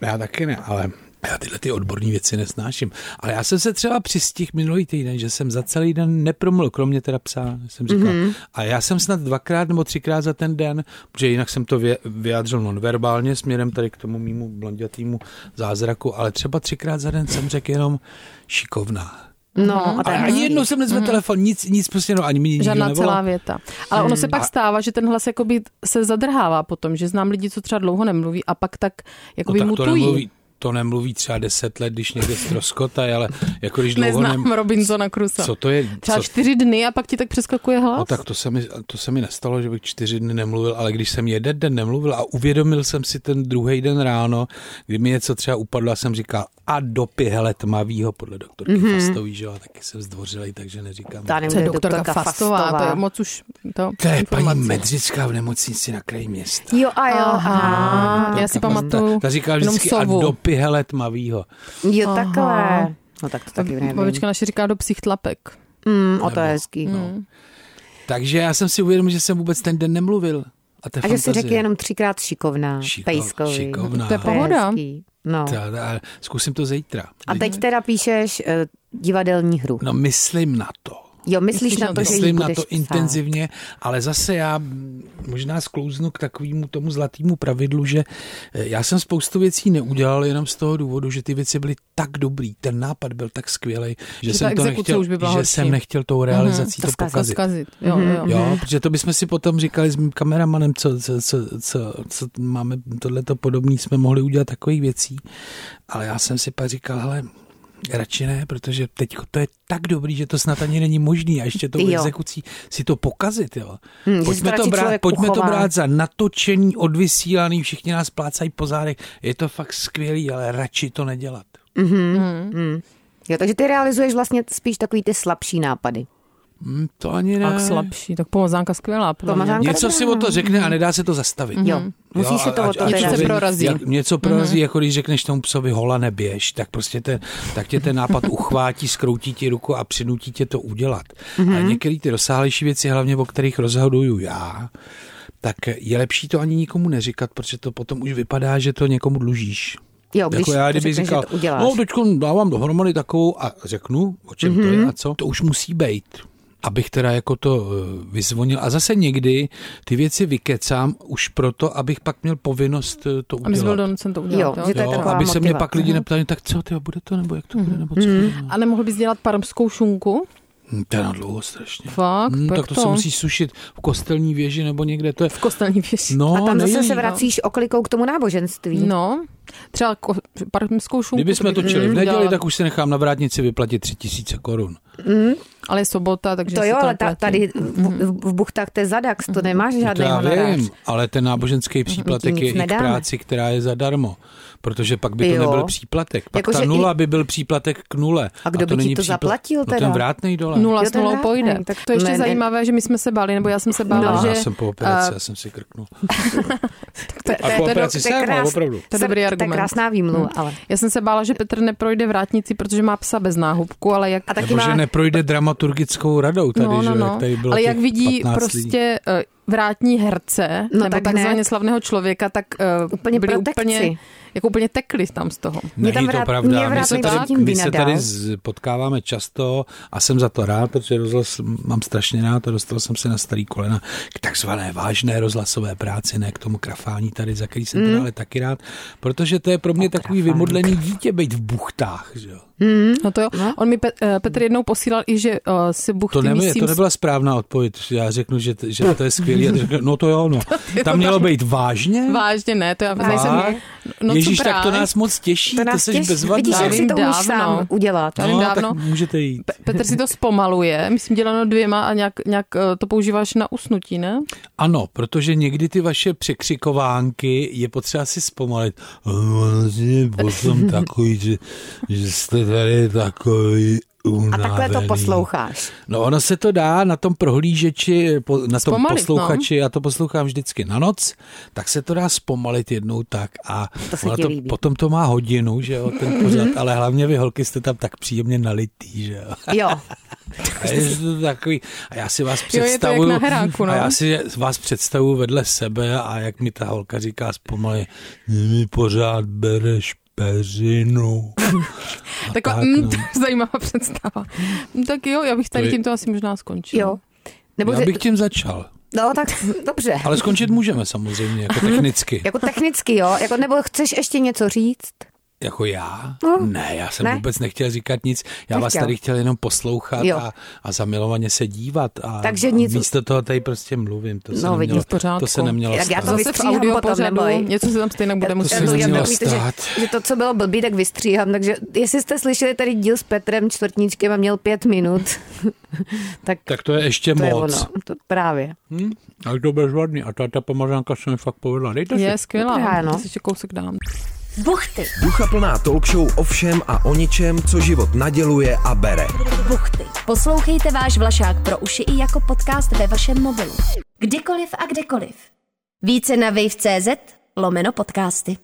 Speaker 5: Já taky ne, ale já tyhle ty odborné věci nesnáším. Ale já jsem se třeba přistihl minulý týden, že jsem za celý den nepromluvil, kromě teda psa, jsem říkal.
Speaker 4: Mhm.
Speaker 5: Mm-hmm. A já jsem snad dvakrát nebo třikrát za ten den, protože jinak jsem to vě- vyjádřil nonverbálně směrem tady k tomu mýmu blondětýmu zázraku, ale třeba třikrát za den jsem řekl jenom šikovná.
Speaker 3: No, a
Speaker 5: A, a
Speaker 3: tak,
Speaker 5: jednou jsem nezvedl telefon, nic, nic prostě, no, ani mi nikdo
Speaker 4: Mhm. Žádná
Speaker 5: nevolal.
Speaker 4: celá věta. Ale
Speaker 3: Hmm,
Speaker 4: ono se pak stává, že ten hlas jakoby se zadrhává potom, že znám lidi, co třeba dlouho nemluví a pak tak jakoby
Speaker 5: No tak to
Speaker 4: mutují.
Speaker 5: nemluví, to nemluví třeba deset let, když někde ztroskotají, ale jako když dlouho
Speaker 4: Neznám
Speaker 5: nem...
Speaker 4: Robinsona Crusoe.
Speaker 5: Co to je?
Speaker 4: Třeba
Speaker 5: co
Speaker 4: čtyři dny a pak ti tak přeskakuje hlas?
Speaker 5: No tak to se, mi, to se mi nestalo, že bych čtyři dny nemluvil, ale když jsem jeden den nemluvil a uvědomil jsem si ten druhý den ráno, kdy mi něco třeba upadlo a jsem říkal, a do pihele tmavýho, podle doktorky
Speaker 3: Mhm.
Speaker 5: mm-hmm. Fastový, že jo, a taky jsem zdvořilej, takže neříkám.
Speaker 3: Ta nevím,
Speaker 4: To je
Speaker 3: kdo
Speaker 4: doktorka Fastová, to je moc už to,
Speaker 5: To je
Speaker 4: informace.
Speaker 5: paní Medřická v nemocnici na kraji města.
Speaker 3: Jo a jo, aha.
Speaker 4: Já si pamatuju
Speaker 5: Ta, ta říká
Speaker 4: jenom
Speaker 5: vždycky a
Speaker 4: sovu.
Speaker 5: do pihele tmavýho.
Speaker 3: Jo,
Speaker 4: Aha.
Speaker 3: takhle. No tak to taky nevím.
Speaker 4: Babička naše říká do psích tlapek.
Speaker 3: Mm, o to je hezký.
Speaker 5: no.
Speaker 3: Mhm.
Speaker 5: Takže já jsem si uvědomil, že jsem vůbec ten den nemluvil. A, to je
Speaker 3: A že si
Speaker 5: fantazie.
Speaker 3: řekl jenom třikrát šikovná,
Speaker 5: Šiko-
Speaker 3: pejskovi.
Speaker 5: šikovná.
Speaker 4: To je pohoda.
Speaker 3: hezký. No.
Speaker 5: Ta- ta- Zkusím to zítra.
Speaker 3: A teď teda píšeš eh, divadelní hru.
Speaker 5: No myslím na to.
Speaker 3: Jo, myslíš na to, že ji
Speaker 5: Myslím na
Speaker 3: budeš
Speaker 5: to
Speaker 3: psát.
Speaker 5: intenzivně, ale zase já mm, možná sklouznu k takovému tomu zlatému pravidlu, že eh, já jsem spoustu věcí neudělal jenom z toho důvodu, že ty věci byly tak dobrý, ten nápad byl tak skvělý,
Speaker 4: Že
Speaker 5: že,
Speaker 4: ta
Speaker 5: jsem to
Speaker 4: exekuce
Speaker 5: nechtěl,
Speaker 4: už by byla
Speaker 5: že
Speaker 4: horší. Mhm,
Speaker 5: jsem nechtěl tou realizací
Speaker 3: to
Speaker 5: to
Speaker 3: zkazit,
Speaker 5: pokazit.
Speaker 4: Zkazit. Jo,
Speaker 3: Mhm.
Speaker 4: jo.
Speaker 3: No.
Speaker 5: Jo, protože to bychom si potom říkali s mým kameramanem, co, co, co, co, co máme tohleto podobný, jsme mohli udělat takových věcí. Ale já jsem si pak říkal, hele, radši ne, protože teď to je tak dobrý, že to snad ani není možný a ještě tou
Speaker 3: Jo.
Speaker 5: exekucí si to pokazit, jo.
Speaker 3: Hm, že si
Speaker 5: pojďme
Speaker 3: to
Speaker 5: to,
Speaker 3: radši
Speaker 5: brát,
Speaker 3: člověk
Speaker 5: pojďme to
Speaker 3: uchová.
Speaker 5: brát za natočený, odvysílaný, všichni nás plácají po zádech. Je to fakt skvělý, ale radši to nedělat.
Speaker 3: Jo, takže ty realizuješ vlastně spíš takový ty slabší nápady.
Speaker 5: Hm, to ani ne.
Speaker 4: Tak slabší, tak pomazánka skvělá. podle mě.
Speaker 3: Eh, Pomazánka-
Speaker 5: Něco si o to řekne a nedá se to zastavit. Hm.
Speaker 3: Jo, musíš si
Speaker 5: a-
Speaker 3: to
Speaker 5: a-
Speaker 3: o to
Speaker 5: a
Speaker 4: Něco se
Speaker 5: člověk-
Speaker 3: vyrazit. Mhm.
Speaker 4: prorazí.
Speaker 5: Jak, něco prorazí, jako když řekneš tomu psovi hola neběž, tak prostě ten, tak tě ten nápad uchvátí, skroutí ti ruku a přinutí tě to udělat. A
Speaker 3: Mhm.
Speaker 5: některé ty rozsáhlejší věci, hlavně o kterých rozhoduju já, tak je lepší to ani nikomu neříkat, protože to potom už vypadá, že to někomu dlužíš.
Speaker 3: Jo, když
Speaker 5: jako já,
Speaker 3: to
Speaker 5: kdyby
Speaker 3: řekneš,
Speaker 5: říkal,
Speaker 3: že to uděláš.
Speaker 5: no teď dávám dohromady takovou a řeknu, o čem to
Speaker 3: Mhm.
Speaker 5: je a co, to už musí být. Abych teda jako to eh, vyzvonil. A zase někdy ty věci vykecám už proto, abych pak měl povinnost eh, to
Speaker 4: Aby jsi byl
Speaker 5: udělat.
Speaker 4: donucen to udělat.
Speaker 3: Jo, že to je
Speaker 5: Jo,
Speaker 3: taková
Speaker 5: aby se mě
Speaker 3: motivace. Mhm.
Speaker 5: pak lidi neptali, tak co, tyjo, bude to, nebo jak to bude, nebo co. Mm.
Speaker 4: A nemohl bys dělat parmskou šunku?
Speaker 5: To je na dlouho strašně.
Speaker 4: Fakt?
Speaker 5: Hm,
Speaker 4: Jak
Speaker 5: tak to, se musí sušit v kostelní věži nebo někde. To je...
Speaker 4: V kostelní věži.
Speaker 5: No,
Speaker 3: A tam zase
Speaker 5: nejlíp.
Speaker 3: se vracíš oklikou k tomu náboženství.
Speaker 4: No, třeba ko- parmskou šunku.
Speaker 5: Kdyby jsme
Speaker 4: to bych-
Speaker 5: točili v
Speaker 4: Mm,
Speaker 5: neděli,
Speaker 3: Mhm.
Speaker 4: dělala.
Speaker 5: tak už se nechám na vrátnici vyplatit tři tisíce korun.
Speaker 4: Ale je sobota, takže
Speaker 3: To
Speaker 4: si
Speaker 3: jo, ale ta,
Speaker 4: neplatí.
Speaker 3: tady v, v- v buchtách to je zadax, to nemáš žádný
Speaker 5: Mhm. to já
Speaker 3: honorář.
Speaker 5: vím, ale ten náboženský příplatek
Speaker 3: Mhm, nic
Speaker 5: je i k
Speaker 3: nedáme.
Speaker 5: práci, která je zadarmo. Protože pak by to
Speaker 3: Jo.
Speaker 5: nebyl příplatek. Pak
Speaker 3: Jako,
Speaker 5: ta
Speaker 3: že i-
Speaker 5: nula by byl příplatek k nule.
Speaker 3: A kdo by ti
Speaker 5: není
Speaker 3: to zaplatil
Speaker 5: No ten
Speaker 3: teda?
Speaker 5: vrátnej dole.
Speaker 4: Nula
Speaker 3: Jo,
Speaker 4: s
Speaker 3: ten
Speaker 4: nulou
Speaker 3: vrátný,
Speaker 4: pojde.
Speaker 3: tak
Speaker 4: Tak to je ještě
Speaker 3: ne, ne.
Speaker 4: zajímavé, že my jsme se báli, nebo já jsem se bála,
Speaker 3: No.
Speaker 5: Já
Speaker 4: že...
Speaker 5: jsem po operaci,
Speaker 4: eh,
Speaker 5: já jsem si krknul.
Speaker 4: to- to-
Speaker 5: A po
Speaker 4: to je do-
Speaker 5: operaci jsem, ale opravdu. Mhm.
Speaker 4: To je dobrý argument.
Speaker 3: To je krásná výmluva, ale.
Speaker 4: Já jsem se bála, že Petr neprojde vrátnici, protože má psa bez náhubku, ale jak...
Speaker 3: A taky
Speaker 5: Nebo že
Speaker 3: má,
Speaker 5: neprojde dramaturgickou radou tady,
Speaker 4: no, no,
Speaker 5: že?
Speaker 4: no.
Speaker 5: Jak tady bylo
Speaker 4: ale jak
Speaker 5: těch
Speaker 4: vidí
Speaker 5: 15 lidí.
Speaker 4: prostě eh, vrátní herce,
Speaker 3: No
Speaker 4: nebo
Speaker 3: tak ne.
Speaker 4: takzvaně slavného člověka, tak uh,
Speaker 3: Úplně
Speaker 4: byli
Speaker 3: protekci.
Speaker 4: úplně, jako úplně tekli tam z toho.
Speaker 3: Mě tam
Speaker 5: Není to
Speaker 3: vrát- mě
Speaker 5: pravda. My
Speaker 3: vrátný
Speaker 5: se tady,
Speaker 3: vrátný
Speaker 5: my
Speaker 3: vina
Speaker 5: se
Speaker 3: dal.
Speaker 5: tady z- potkáváme často a jsem za to rád, protože rozhlas mám strašně rád a dostal jsem se na starý kolena k takzvané vážné rozhlasové práci, ne k tomu krafání tady, za který jsem
Speaker 3: Hmm.
Speaker 5: teda ale taky rád, protože to je pro mě takový vymodlený dítě být v buchtách. Že jo?
Speaker 3: Hmm,
Speaker 4: No to jo. On mi Pet, eh, Petr jednou posílal i, že uh, si buchty
Speaker 5: To, nebyla,
Speaker 4: mísím
Speaker 5: to
Speaker 4: s-
Speaker 5: nebyla správná odpověď. Já řeknu, že, t- že to je skvělý. A ty řekne, no to jo, no. Tam mělo být vážně?
Speaker 4: Vážně ne, to já nejsem...
Speaker 5: Fakt?
Speaker 4: No
Speaker 5: Ježíš,
Speaker 4: co
Speaker 5: tak to
Speaker 4: právě?
Speaker 5: nás moc těší,
Speaker 3: to
Speaker 5: to,
Speaker 3: nás
Speaker 5: jsi
Speaker 3: těší.
Speaker 5: bezvadná.
Speaker 3: Vidíš,
Speaker 4: Já
Speaker 3: jak si
Speaker 4: vím
Speaker 3: to
Speaker 4: dávno.
Speaker 3: už sám udělat.
Speaker 4: Já vím
Speaker 5: no,
Speaker 4: dávno.
Speaker 5: tak můžete jít.
Speaker 4: Pe- Petr si to zpomaluje, myslím děláno dvěma a nějak, nějak eh, to používáš na usnutí, ne?
Speaker 5: Ano, protože někdy ty vaše překřikovánky je potřeba si zpomalit. Ono je Potom takový, že, že jste tady takový
Speaker 3: A
Speaker 5: unavený.
Speaker 3: takhle to posloucháš.
Speaker 5: No ono se to dá na tom prohlížeči, po- na tom
Speaker 4: Zpomalit, no.
Speaker 5: posluchači, já to poslouchám vždycky na noc, tak se to dá zpomalit jednou tak a
Speaker 3: To se
Speaker 5: ono
Speaker 3: ti
Speaker 5: to,
Speaker 3: líbí.
Speaker 5: potom to má hodinu, že jo, ten pořad, ale hlavně vy holky jste tam tak příjemně nalitý, že jo.
Speaker 3: Jo,
Speaker 5: A
Speaker 3: Prostě
Speaker 5: je to takový, a já si vás
Speaker 4: to jak
Speaker 5: představuju,
Speaker 4: na hráku, no.
Speaker 5: a já si vás představuju vedle sebe a jak mi ta holka říká zpomaly, mi pořád bereš peřinu.
Speaker 4: Taková,
Speaker 5: tak,
Speaker 4: tak, mm,
Speaker 5: no.
Speaker 4: to je zajímavá představa. Mm, Tak jo, já bych tady
Speaker 5: To je-
Speaker 4: tímto asi možná skončil.
Speaker 3: jo. Nebo
Speaker 5: Já
Speaker 3: že,
Speaker 5: bych tím začal,
Speaker 3: no tak dobře.
Speaker 5: ale skončit můžeme samozřejmě, jako technicky.
Speaker 3: Jako technicky, jo? Jako, nebo chceš ještě něco říct?
Speaker 5: Jako já?
Speaker 3: No.
Speaker 5: Ne, já jsem
Speaker 3: Ne?
Speaker 5: vůbec nechtěl říkat nic, já vás
Speaker 3: Nechtěl.
Speaker 5: tady chtěl jenom poslouchat
Speaker 3: Jo.
Speaker 5: a, a zamilovaně se dívat a,
Speaker 3: Takže
Speaker 5: a
Speaker 3: nic-
Speaker 5: místo toho tady prostě mluvím, to se,
Speaker 3: No, vidíš,
Speaker 5: nemělo,
Speaker 4: v pořádku.
Speaker 5: to se nemělo
Speaker 3: Jak já to
Speaker 5: stát.
Speaker 3: vy-
Speaker 4: Zase v
Speaker 3: Vystříhám
Speaker 4: audio
Speaker 3: potom,
Speaker 4: pořadu,
Speaker 3: neboj.
Speaker 4: něco se tam stejně bude muset
Speaker 5: se
Speaker 3: to já
Speaker 5: nemělo
Speaker 3: tak víte, že,
Speaker 5: stát.
Speaker 3: že, to, co bylo blbý, tak vystříhám. Takže jestli jste slyšeli tady díl s Petrem Čtvrtníčkem a měl pět minut, tak
Speaker 5: Tak to je ještě
Speaker 3: to je
Speaker 5: moc.
Speaker 3: ono. To právě.
Speaker 5: Hm? Ale to bezvadný. A ta, ta pomazánka se mi fakt povedla. Dejte si
Speaker 4: Je skvělá,
Speaker 3: Dobrá, no.
Speaker 4: to si ještě kousek dám.
Speaker 1: Buchty,
Speaker 2: Ducha plná talk show o všem a o ničem, co život naděluje a bere.
Speaker 1: buchty. Poslouchejte váš Vlašák pro uši i jako podcast ve vašem mobilu. Kdykoliv a kdekoliv. Více na wave.cz lomeno podcasty.